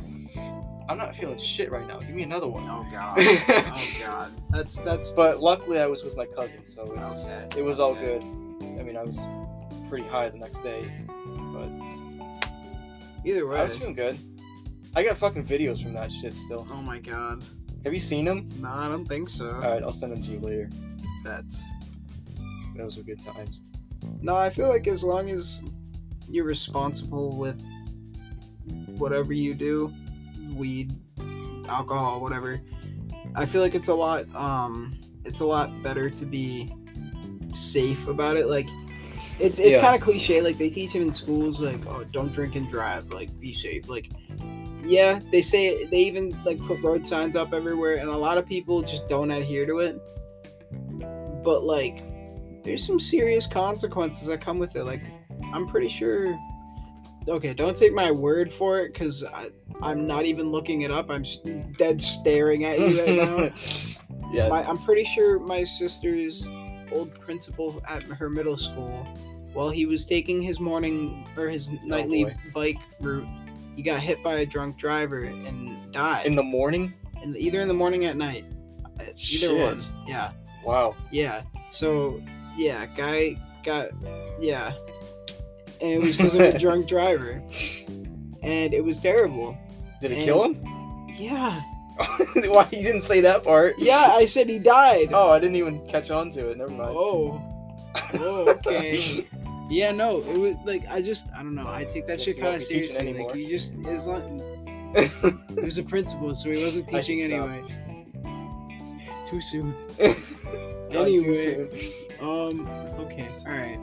I'm not feeling shit right now. Give me another one.
Oh god. oh god. That's that's.
But luckily I was with my cousin, so it's,
Okay.
it was all
okay.
good. I mean, I was pretty high the next day, but
Either
I
way.
was feeling good. I got fucking videos from that shit still.
Oh my god.
Have you seen them?
No, I don't think so.
All right, I'll send them to you later.
That's.
Those were good times.
No, I feel like as long as you're responsible with whatever you do, weed, alcohol, whatever, I feel like it's a lot um it's a lot better to be safe about it. Like it's it's
Yeah.
kind of cliche like they teach it in schools like oh don't drink and drive, like be safe. Like yeah, they say it, they even like put road signs up everywhere and a lot of people just don't adhere to it. But like there's some serious consequences that come with it. Like, I'm pretty sure. Okay, don't take my word for it because I'm not even looking it up. I'm s dead staring at you right now.
yeah,
My, I'm pretty sure my sister's old principal at her middle school, while he was taking his morning or his nightly
Oh, boy.
bike route, he got hit by a drunk driver and died.
in the morning.
in the, either in the morning or at night. uh, Either one.
Shit.
Yeah.
Wow.
Yeah. So yeah, guy got yeah, and it was because of a drunk driver, and it was terrible.
Did it
And-
kill him?
Yeah.
Why you didn't say that part?
Yeah, I said he died.
Oh, I didn't even catch on to it. Never mind.
Oh. Oh, okay. yeah, no, it was like I just I don't know. I take that
Guess
shit
you won't
kind of
be teaching
seriously.
anymore.
Like you just as long. He was a principal, so he wasn't
I should
teaching
stop.
anyway. Too soon.
God,
Anyway.
too soon.
Um. Okay. All right.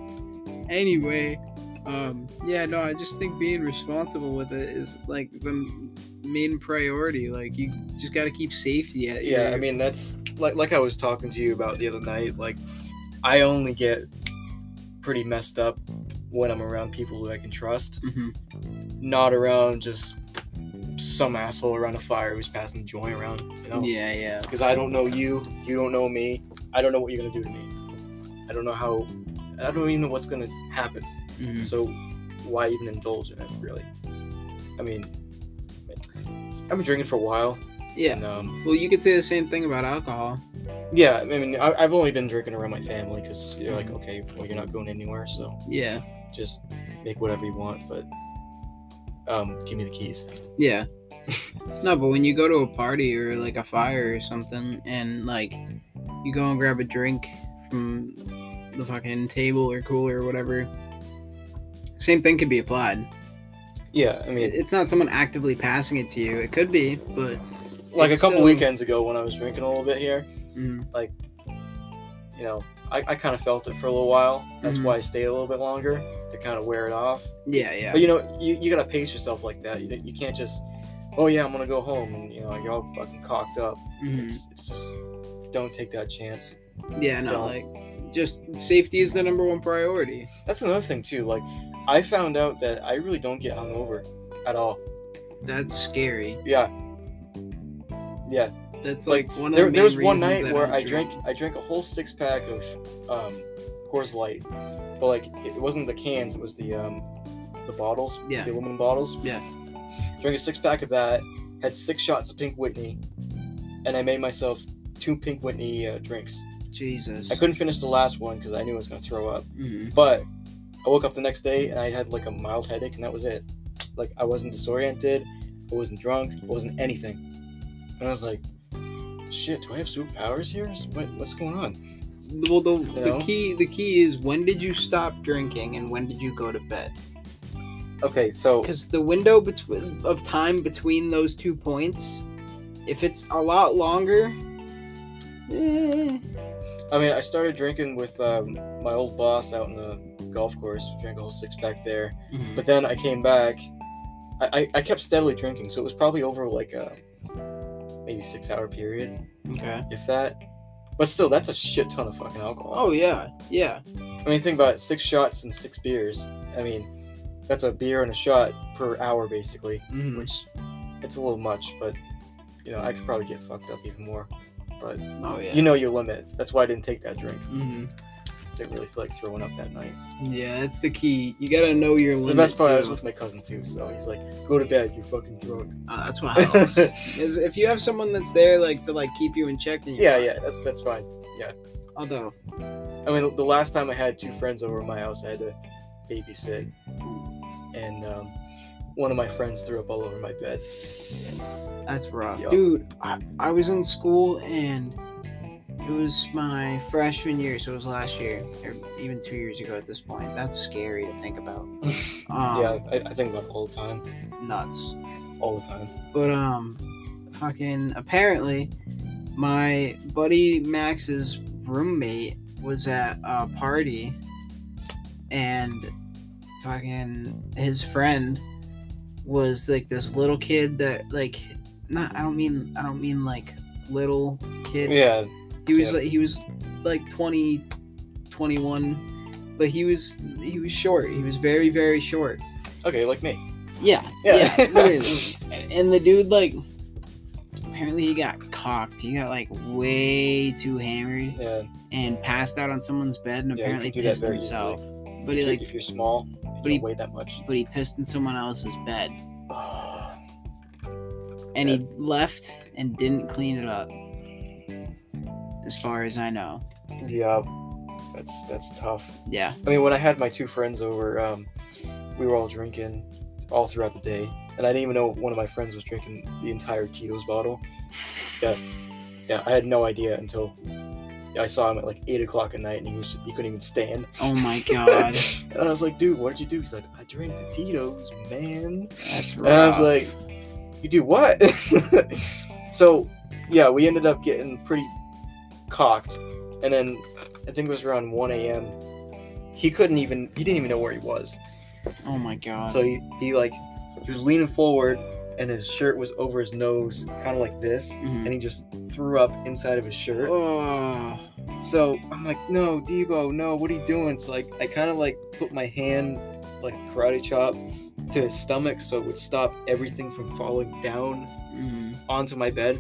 Anyway. Um. Yeah. No. I just think being responsible with it is like the m- main priority. Like you just got to keep safety at.
Yeah,
your-
I mean that's like like I was talking to you about the other night. Like, I only get pretty messed up when I'm around people that I can trust,
Mhm.
not around just some asshole around a fire who's passing the joint around. You know.
Yeah. Yeah.
because I don't know you, you don't know me, I don't know what you're gonna do to me. I don't know how, I don't even know what's gonna happen.
Mhm.
So why even indulge in it, really? I mean, I've been drinking for a while,
Yeah.
and um,
Well, you could say the same thing about alcohol.
yeah, I mean, I, I've only been drinking around my family because you're
Hmm.
like, okay, well, you're not going anywhere, so
Yeah.
just make whatever you want, but um, give me the keys.
Yeah. no, but when you go to a party or like a fire or something, and like you go and grab a drink from the fucking table or cooler or whatever, same thing could be applied.
Yeah, I mean,
It- It's not someone actively passing it to you. It could be, but
like a
it's,
couple
um,
weekends ago when I was drinking a little bit here,
mm,
you know, I, I kind of felt it for a little while. That's
Mhm.
why I stayed a little bit longer to kind of wear it off.
yeah, yeah,
But you know, you, you gotta pace yourself like that. You, you can't just, oh yeah, I'm gonna go home and you know you're all fucking cocked up.
mhm.
It's, it's just don't take that chance.
yeah. No,
don't.
like just safety is the number one priority.
That's another thing too. Like I found out that I really don't get hungover at all.
That's scary.
Yeah. Yeah.
That's
Like,
like, one of
there,
the main
there was
reasons
one night
that
where
don't
I drank I drank a whole six pack of um, Coors Light, but like it wasn't the cans, it was the um, the bottles,
Yeah.
the aluminum bottles.
Yeah.
Drank a six pack of that, had six shots of Pink Whitney, and I made myself two Pink Whitney uh, drinks.
Jesus.
I couldn't finish the last one because I knew I was gonna throw up.
Mhm.
But I woke up the next day and I had like a mild headache, and that was it. Like I wasn't disoriented, I wasn't drunk, I wasn't anything. And I was like, "Shit, do I have superpowers here? What, what's going on?"
Well, the,
know?
the key the key is when did you stop drinking and when did you go to bed?
Okay, so Oh.
Because the window between of time between those two points If it's a lot longer, eh,
I mean, I started drinking with um, my old boss out in the golf course. Drank a whole six pack there,
Mm-hmm.
but then I came back. I, I, I kept steadily drinking, so it was probably over like a maybe six hour period,
okay.
if that. But still, that's a shit ton of fucking alcohol.
Oh yeah, yeah.
I mean, think about it, six shots and six beers. I mean, that's a beer and a shot per hour, basically.
Mhm.
Which it's a little much, but you know, I could probably get fucked up even more. But
Oh yeah.
you know your limit. That's why I didn't take that drink.
Mhm.
Didn't really feel like throwing up that night.
Yeah, that's the key. You gotta know your limit.
the best part, I was
too.
with my cousin too, so he's like, "Go to bed, you fucking drunk."
Uh, that's what helps. is if you have someone that's there, like to like keep you in check. Then you're
Yeah,
fine.
yeah, that's that's fine.
Although,
I mean, the last time I had two friends over at my house, I had to babysit, and um, one of my friends threw up all over my bed.
That's rough.
Yeah.
Dude, I, I was in school and it was my freshman year, so it was last year, or even two years ago at this point. That's scary to think about. Um,
yeah, I, I think about it all the time,
Nuts.
all the time.
But, um, fucking, apparently, my buddy Max's roommate was at a party and fucking his friend was like this little kid that like not I don't mean I don't mean like little kid
Yeah,
he was
Yeah.
like he was like 20 21 but he was he was short he was very very short
okay, like me.
yeah
Yeah.
literally. and the dude like apparently he got cocked he got like way too hammered
Yeah,
and passed out on someone's bed and
Yeah, you
apparently
can do that
pissed
very
himself but
if,
he
you're,
like
if you're small, you
but
don't
he-
weigh that much.
but he pissed in someone else's bed and he left and didn't clean it up as far as i know
yeah, that's that's tough.
yeah
I mean, when I had my two friends over, um, we were all drinking all throughout the day, and I didn't even know one of my friends was drinking the entire Tito's bottle. Yeah, yeah, I had no idea until I saw him at like eight o'clock at night, and he was he couldn't even stand.
oh my god
And I was like, "Dude, what did you do?" He's like, "I drank the Tito's, man."
that's
And I was
rough.
like, "You do what?" so, yeah, we ended up getting pretty cocked, and then I think it was around one a.m. He couldn't even he didn't even know where he was.
oh my god
So he, he like he was leaning forward and his shirt was over his nose, kind of like this,
Mhm.
and he just threw up inside of his shirt.
Oh,
So I'm like, no, Debo, no, what are you doing? So like I kind of like put my hand like a karate chop to his stomach so it would stop everything from falling down
mm,
onto my bed.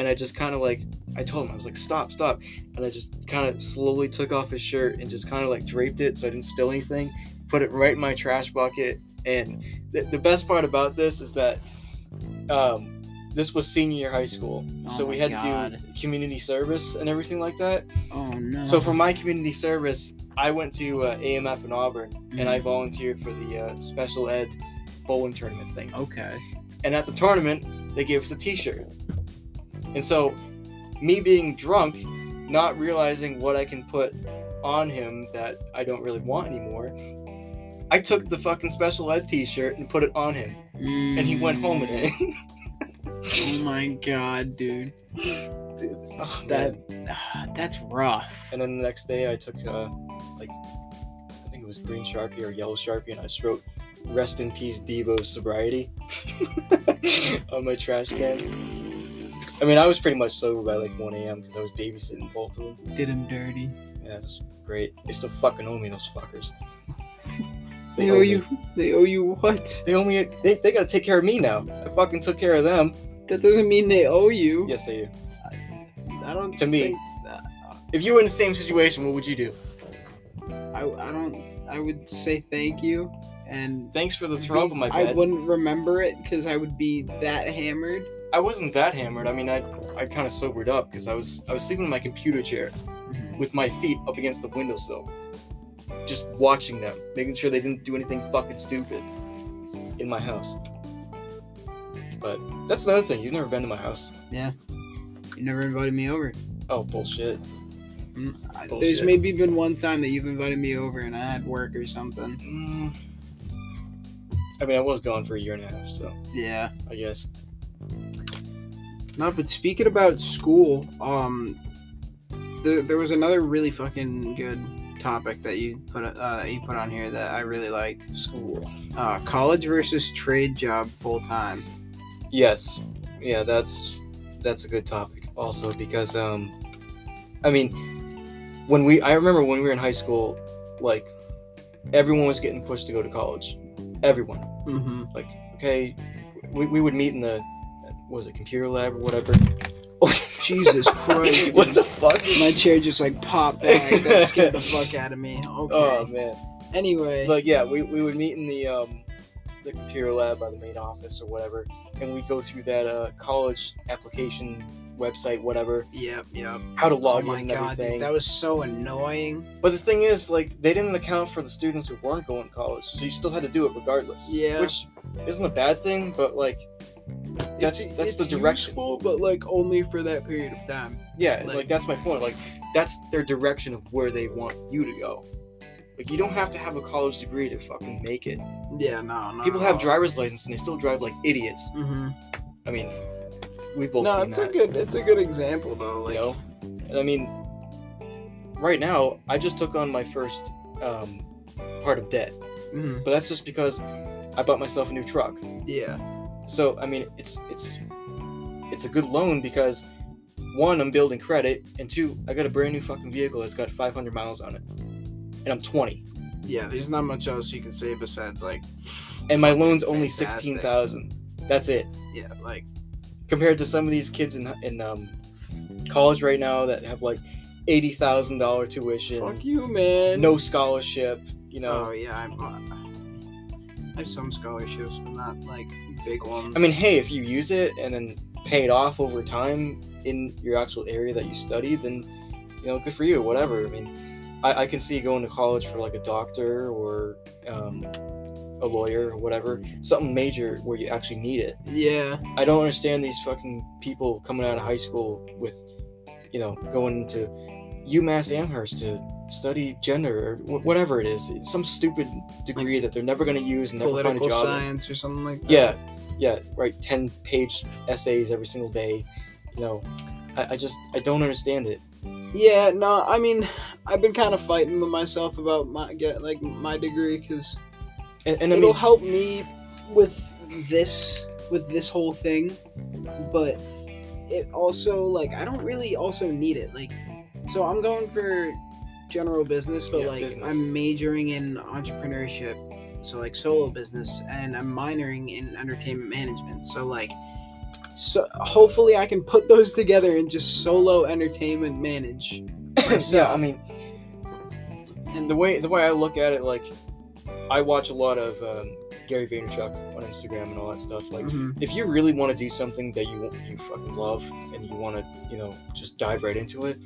And I just kind of like I told him I was like, stop, stop, and I just kind of slowly took off his shirt and just kind of like draped it so I didn't spill anything. Put it right in my trash bucket. And th- the best part about this is that um, this was senior year high school,
Oh
so we
my
had to do
God.
community service and everything like that.
oh no.
So for my community service, I went to uh, AMF in Auburn and
Mm-hmm.
I volunteered for the uh, special ed bowling tournament thing
okay.
and at the tournament they gave us a t-shirt and so me being drunk not realizing what i can put on him that i don't really want anymore i took the fucking special ed t-shirt and put it on him and he went home in it
Oh my god, dude.
Dude, oh,
That
man.
ah, that's rough.
and then the next day i took uh like i think it was green sharpie or yellow sharpie and i just wrote rest in peace debo sobriety on my trash can i mean i was pretty much sober by like 1 a.m because i was babysitting both of them
Did him dirty.
Yeah, that's great. They still fucking owe me those fuckers.
They
owe
owe
me-
you. They owe you what?
They owe me. They, they gotta take care of me now. I fucking took care of them.
That doesn't mean they owe you.
Yes, they do.
I don't.
To me.
think-
If you were in the same situation, what would you do?
I I don't. I would say thank you and.
Thanks for the throw up on my
I
bed.
wouldn't remember it because I would be that hammered.
I, wasn't that hammered. I mean, I I kind of sobered up because I was I was sleeping in my computer chair with my feet up against the windowsill, just watching them, making sure they didn't do anything fucking stupid in my house. But that's another thing. You've never been to my house.
You never invited me over.
Oh
I-
bullshit.
There's
Bullshit.
maybe been one time that you've invited me over and I had work or something.
Mm. I mean, I was gone for a year and a half, so
Yeah.
I guess.
No, but speaking about school, um, there, there was another really fucking good topic that you put uh, that you put on here that I really liked.
School.
Uh, college versus trade job full time.
Yes. Yeah, that's that's a good topic also because um I mean when we I remember when we were in high school like everyone was getting pushed to go to college. Everyone.
Mm-hmm.
Okay. We, we would meet in the was it computer lab or whatever.
Jesus Christ!
what the fuck?
My chair just like popped back. That scared the fuck out of me. Okay.
Oh man.
anyway,
But yeah, we, we would meet in the um, the computer lab by the main office or whatever, and we go through that uh, college application website, whatever,
yep, yep.
how to
Oh
log
my
in and
god,
everything.
dude, that was so annoying.
But the thing is, like, they didn't account for the students who weren't going to college, so you still had to do it regardless.
Yeah.
Which isn't a bad thing, but like, that's
It's-
that's the
it's
direction.
useful, but like only for that period of time.
Yeah,
Like-
like, that's my point. Like that's their direction of where they want you to go. Like you don't have to have a college degree to fucking make it.
Yeah, no, no.
People have driver's license and they still drive like idiots.
Mm-hmm.
I mean, we've both
No,
seen
it's
that.
a good, it's a good example though. Like,
you know, and I mean, right now I just took on my first um, part of debt,
mhm,
but that's just because I bought myself a new truck.
yeah,
So I mean, it's it's it's a good loan because one, I'm building credit, and two, I got a brand new fucking vehicle that's got 500 miles on it, and I'm 20,
yeah. There's not much else you can say besides like.
and my loan's only
Fantastic.
16,000. That's it.
Yeah, like
Compared to some of these kids in in um, college right now that have like eighty thousand dollar tuition,
fuck you, man.
no scholarship. You know,
Oh yeah, I'm. Uh, I have some scholarships, but not like big ones.
I mean, hey, if you use it and then pay it off over time in your actual area that you study, then you know, good for you. Whatever. I mean, I, I can see going to college for like a doctor or um, a lawyer or whatever, something major where you actually need it.
yeah,
I don't understand these fucking people coming out of high school with, you know, going to UMass Amherst to study gender or wh- whatever it is, It's some stupid degree that they're never going to use, and never find a
political
job. in.
science or something like that.
yeah
Um,
yeah write 10 page essays every single day you know I, I just i don't understand it
Yeah, no, I mean, I've been kind of fighting with myself about my get like my degree because
and, and i
it'll
mean
help me with this with this whole thing, but it also like I don't really also need it. Like, so I'm going for general business, but
Yeah,
like
business.
I'm majoring in entrepreneurship, so like solo business, and I'm minoring in entertainment management. So like. So hopefully I can put those together and just solo entertainment manage.
yeah i
myself.
mean
And
the way the way i look at it like i watch a lot of um, gary vaynerchuk on instagram and all that stuff like
Mhm.
if you really want to do something that you you fucking love and you want to you know just dive right into it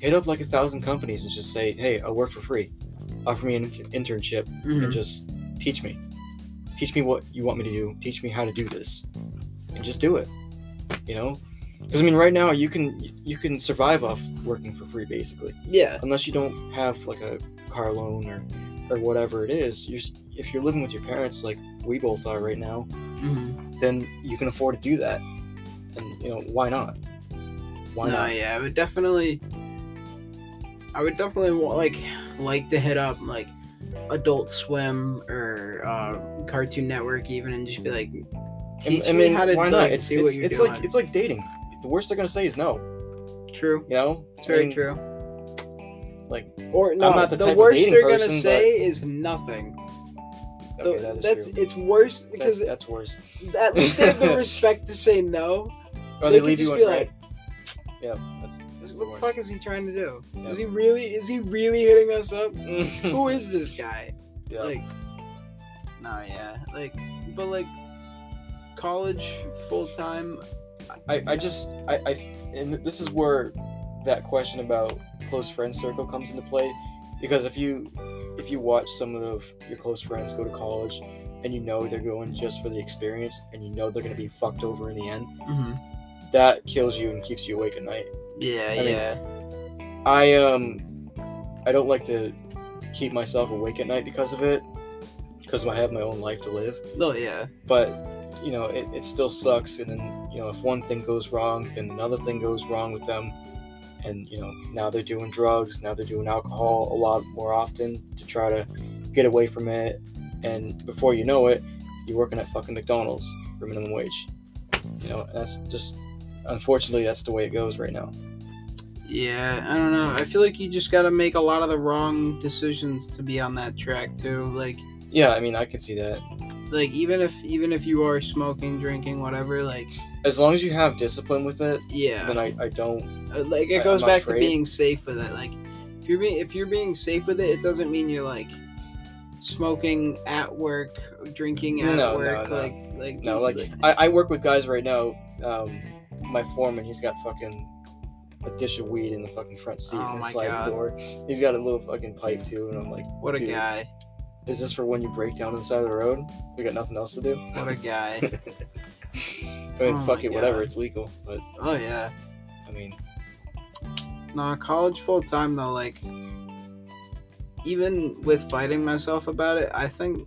hit up like a thousand companies and just say hey i work for free offer me an internship
Mm-hmm.
and just teach me. Teach me what you want me to do. Teach me how to do this, and just do it. You know, because I mean, right now you can you can survive off working for free basically,
yeah,
unless you don't have like a car loan or or whatever it is. You're, s- if you're living with your parents, like we both are right now, then you can afford to do that, and you know why not? Why
no,
not?
yeah, I would definitely, I would definitely want like like to hit up like Adult Swim or uh, Cartoon Network even, and just be like,
I-
teach
I
me
mean,
how to
why
like,
not? It's
do what
it's,
you're
it's
doing.
like it's like dating. The worst they're gonna say is no.
true.
You know,
It's very
I mean,
true.
Like
Or no,
not the
the
type of
worst
dating
they're
person,
gonna
but-
say is nothing. The-
okay, that is
that's
true.
it's worse
That's,
because
that's worse.
at least they have the respect to say no.
Or
They
they,
could
leave
just
you
be
in red. Yeah, that's, that's
What
the
the
worst.
fuck is he trying to do?
Yeah.
Is he really? Is he really hitting us up?
yeah.
Who is this guy? Like, nah, yeah, like, but like, college full time.
I, I just I, I and this is where that question about close friend circle comes into play because if you if you watch some of your close friends go to college and you know they're going just for the experience and you know they're going to be fucked over in the end that kills you and keeps you awake at night
Yeah,
I
yeah,
mean, I um I don't like to keep myself awake at night because of it because I have my own life to live
no, Oh, yeah,
but you know it, it still sucks and then you you know if one thing goes wrong then another thing goes wrong with them and you know now they're doing drugs now they're doing alcohol a lot more often to try to get away from it and before you know it you're working at fucking mcdonald's for minimum wage you know that's just unfortunately that's the way it goes right now
Yeah, I don't know. I feel like you just got to make a lot of the wrong decisions to be on that track too. Like
yeah i mean i can see that
like even if even if you are smoking, drinking, whatever, like
as long as you have discipline with it
yeah.
then i, I don't
Uh, like
I-
it
I'm
goes
not
back
afraid.
to being safe with it like if you're being if you're being safe with it it doesn't mean you're like smoking at work drinking at
No, no,
work
no.
like like
no
you-
like I, I work with guys right now um my foreman he's got fucking a dish of weed in the fucking front seat
Oh
and
my
sliding
God.
door he's got a little fucking pipe too and i'm like
what a
dude.
guy
is this for when you break down on the side of the road we got nothing else to do
what a guy
I
Oh
mean,
my
fuck it, whatever.
God.
It's legal, but
oh yeah
I mean,
no college full time though like even with fighting myself about it i think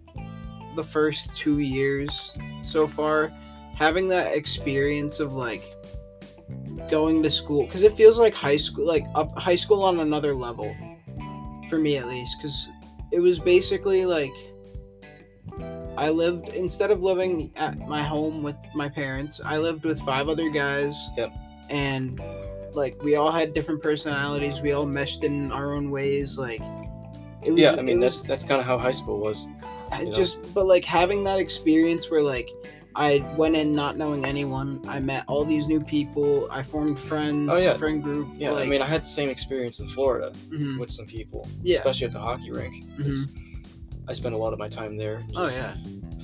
the first two years so far having that experience of like going to school because it feels like high school like up high school on another level for me at least because it was basically like i lived instead of living at my home with my parents i lived with five other guys
Yep.
and like we all had different personalities we all meshed in our own ways like it was,
yeah, I mean
it was-
that's that's kind of how high school was.
I
you know?
just but like having that experience where like I went in not knowing anyone. I met all these new people. I formed friends,
Oh, yeah.
friend group.
Yeah,
like,
I mean I had the same experience in Florida
mhm,
with some people,
Yeah.
especially at the hockey rink. 'cause
Mm-hmm.
I spent a lot of my time there,
oh
just
yeah,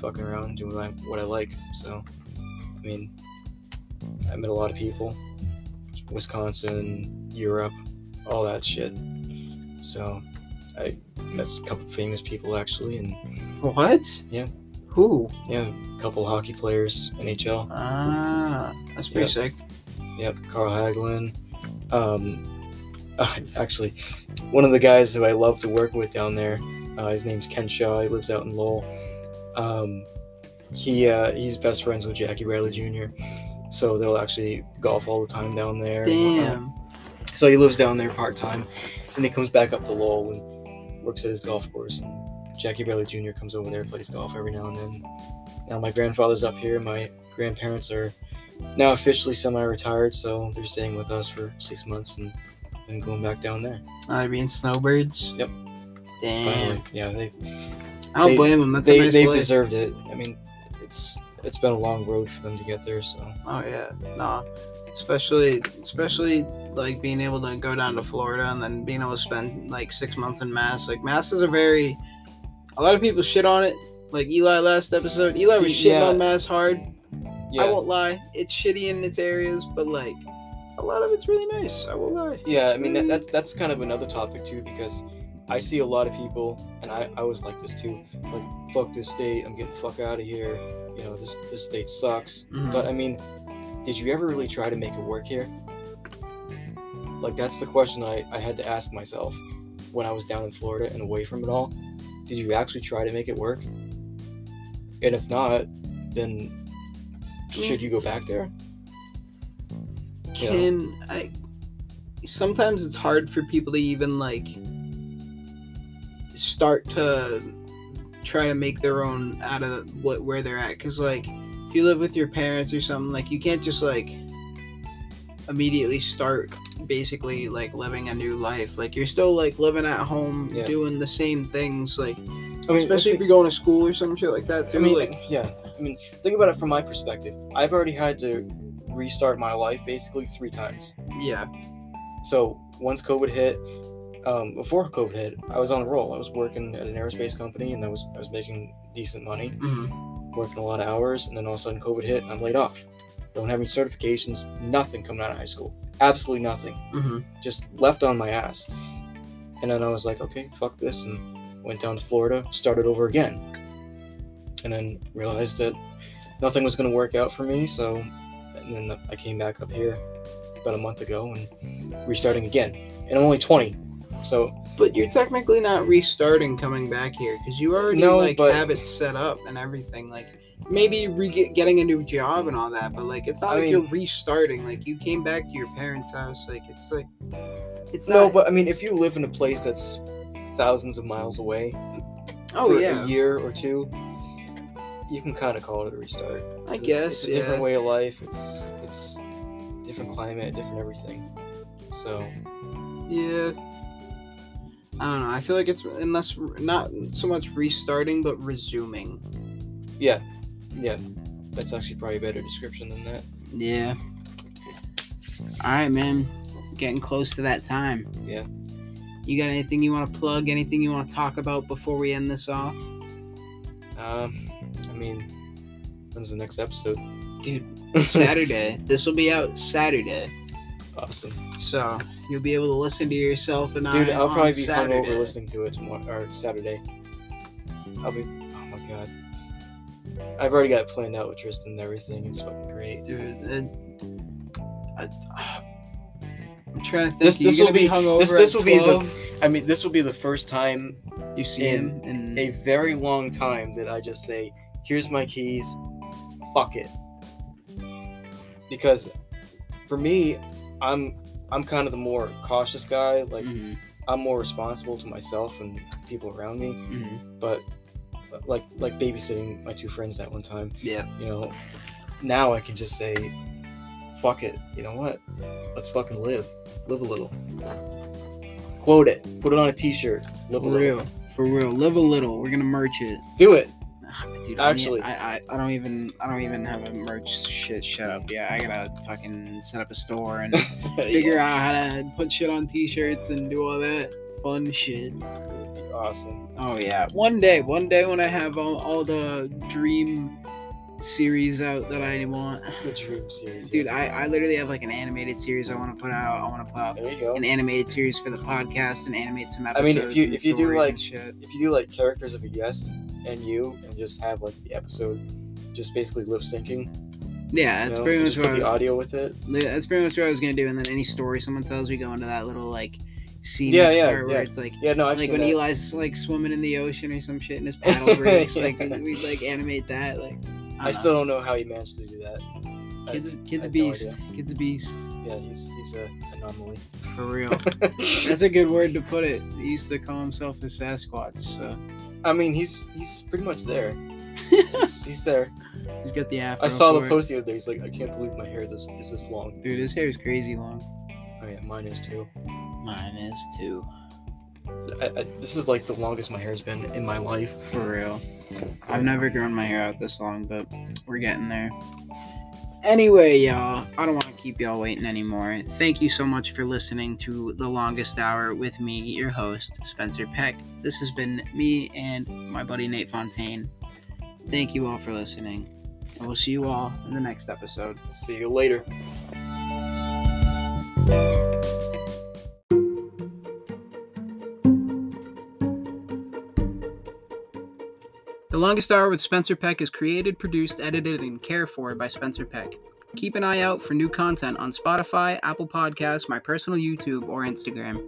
fucking around, doing what I, what I like. So, I mean, I met a lot of people, Wisconsin, Europe, all that shit. So, I met a couple famous people actually, and
what?
Yeah.
Who?
yeah, a couple hockey players, NHL.
Ah, that's pretty sick.
Yep, Carl Hagelin. Um, uh, actually, one of the guys who I love to work with down there, uh, his name's Ken Shaw. He lives out in Lowell. Um, he uh, he's best friends with Jackie Bradley Jr. So they'll actually golf all the time down there. and whatnot.
Damn.
So he lives down there part time, and he comes back up to Lowell and works at his golf course. And Jackie Bradley Jr. comes over there, and plays golf every now and then. Now my grandfather's up here. My grandparents are now officially semi-retired, so they're staying with us for six months and then going back down there.
I mean snowbirds.
Yep.
Damn.
Finally, yeah, they
I don't
They-
blame them. That's a
they
nice
they've
life.
deserved it. I mean, it's it's been a long road for them to get there. So
Oh yeah, no. Especially, especially like being able to go down to Florida and then being able to spend like six months in Mass. Like Mass is a very, a lot of people shit on it. Like Eli last episode, Eli was
See,
shitting
yeah.
on Mass hard.
yeah,
I won't lie, it's shitty in its areas, but like a lot of it's really nice. I will lie.
Yeah,
It's
I mean that,
really-
that's that's kind of another topic too because I see a lot of people, and I, I was like this too, like fuck this state, I'm getting the fuck out of here. You know this this state sucks.
Mhm.
But I mean, did you ever really try to make it work here? Like that's the question I, I had to ask myself when I was down in Florida and away from it all. Did you actually try to make it work? And if not, then
Mm.
should you go back there? you know.
can I sometimes it's hard for people to even like start to try to make their own out of what where they're at cuz like if you live with your parents or something like you can't just like immediately start basically like living a new life like you're still like living at home
Yeah.
doing the same things like
I mean,
especially if you're going to school or some shit like that too
I mean,
like
yeah. I mean, think about it from my perspective. I've already had to restart my life basically three times.
yeah
So once COVID hit, um, before COVID hit, I was on a roll. I was working at an aerospace company, and I was I was making decent money,
mhm,
working a lot of hours, and then all of a sudden COVID hit, and I'm laid off. Don't have any certifications, nothing coming out of high school, absolutely nothing.
mhm.
Just left on my ass. And then I was like, okay, fuck this, and went down to Florida, started over again. And then realized that nothing was going to work out for me, so and then I came back up here about a month ago and restarting again. And I'm only 20, so
But you're technically not restarting coming back here because you already
No,
like
but-
have it set up and everything. Like maybe re- get- getting a new job and all that, but like it's not
I
like
mean-
you're restarting. Like you came back to your parents' house. Like it's like it's
No,
not.
but I mean, if you live in a place that's thousands of miles away
oh
for
yeah,
a year or two, you can kind of call it a restart.
I
It's-
guess
it's, a
yeah.
different way of life. It's it's different climate, different everything. So
Yeah. I don't know. I feel like it's unless not so much restarting, but resuming.
yeah, yeah, that's actually probably a better description than that.
Yeah. All right, man. Getting close to that time.
Yeah.
You got anything you want to plug? Anything you want to talk about before we end this off?
Um, I mean, when's the next episode?
Dude, Saturday. this will be out Saturday,
awesome,
so you'll be able to listen to yourself and
dude.
I.
I'll
on
probably be
Saturday.
hungover listening to it tomorrow or Saturday. I'll be. Oh my god. I've already got it planned out with Tristan and everything. It's fucking great.
Dude, and uh, I, I'm trying to think.
This-
Are you
this will
gonna
be-
hungover.
this-
at
this will be the-
12?
I mean, this will be the first time
you see him
in
and
a very long time that I just say, here's my keys, fuck it. Because for me, I'm I'm kind of the more cautious guy. Like
Mhm,
I'm more responsible to myself and people around me.
mhm.
But but like like babysitting my two friends that one time,
yeah,
you know, now I can just say, fuck it. You know what? Let's fucking live. Live a little. Quote it. Put it on a t-shirt. Live a
for
little.
real, for real. Live a little. We're gonna merch it.
Do it.
Ah, Dude,
Actually-
I, need- I, I I don't even I don't even have a merch shit shut up. Yeah, I gotta fucking set up a store and figure out how to put shit on t-shirts and do all that fun shit.
Awesome.
Oh yeah, one day, one day when I have all, all the dream series out that I want,
The Dream series.
dude.
yes.
I, I literally have like an animated series I want to put out. I want to put out
There you go.
an animated series for the podcast and animate some
I
episodes.
mean, if you-
and
if you do,
stories and
like-
shit.
If you do like characters of a guest and you, and just have like the episode, just basically lip syncing. you
yeah, that's
know,
pretty
and
much
just
what
put
I
the
was-
audio with it.
Yeah, that's pretty much what I was gonna do. And then any story someone tells, we go into that little like scene.
Yeah, yeah,
where, where
yeah.
It's like
Yeah, no, I've
like
seen
when
that.
Eli's like swimming in the ocean or some shit, and his paddle breaks. Like
Yeah.
we like animate that. Like
I still don't know how he managed to do that. I-
kids, kids
I
a
have no
beast, kids a beast
Yeah, he's he's a anomaly.
for real. that's a good word to put it. He used to call himself a Sasquatch, so
I mean, he's he's pretty much there. he's, he's there.
he's got the afro.
I saw
for
the
it.
post the other day. He's like, I can't believe my hair this is this long.
Dude, his hair is crazy long.
Oh yeah, mine is too.
Mine is too.
I, I, this is like the longest my hair's been in my life.
For real. I've never grown my hair out this long, but we're getting there. Anyway, y'all, I don't want to keep y'all waiting anymore. Thank you so much for listening to The Longest Hour with me, your host, Spencer Peck. This has been me and my buddy Nate Fontaine. Thank you all for listening, and we'll see you all in the next episode.
See you later.
The Longest Hour with Spencer Peck is created, produced, edited, and cared for by Spencer Peck. Keep an eye out for new content on Spotify, Apple Podcasts, my personal YouTube, or Instagram.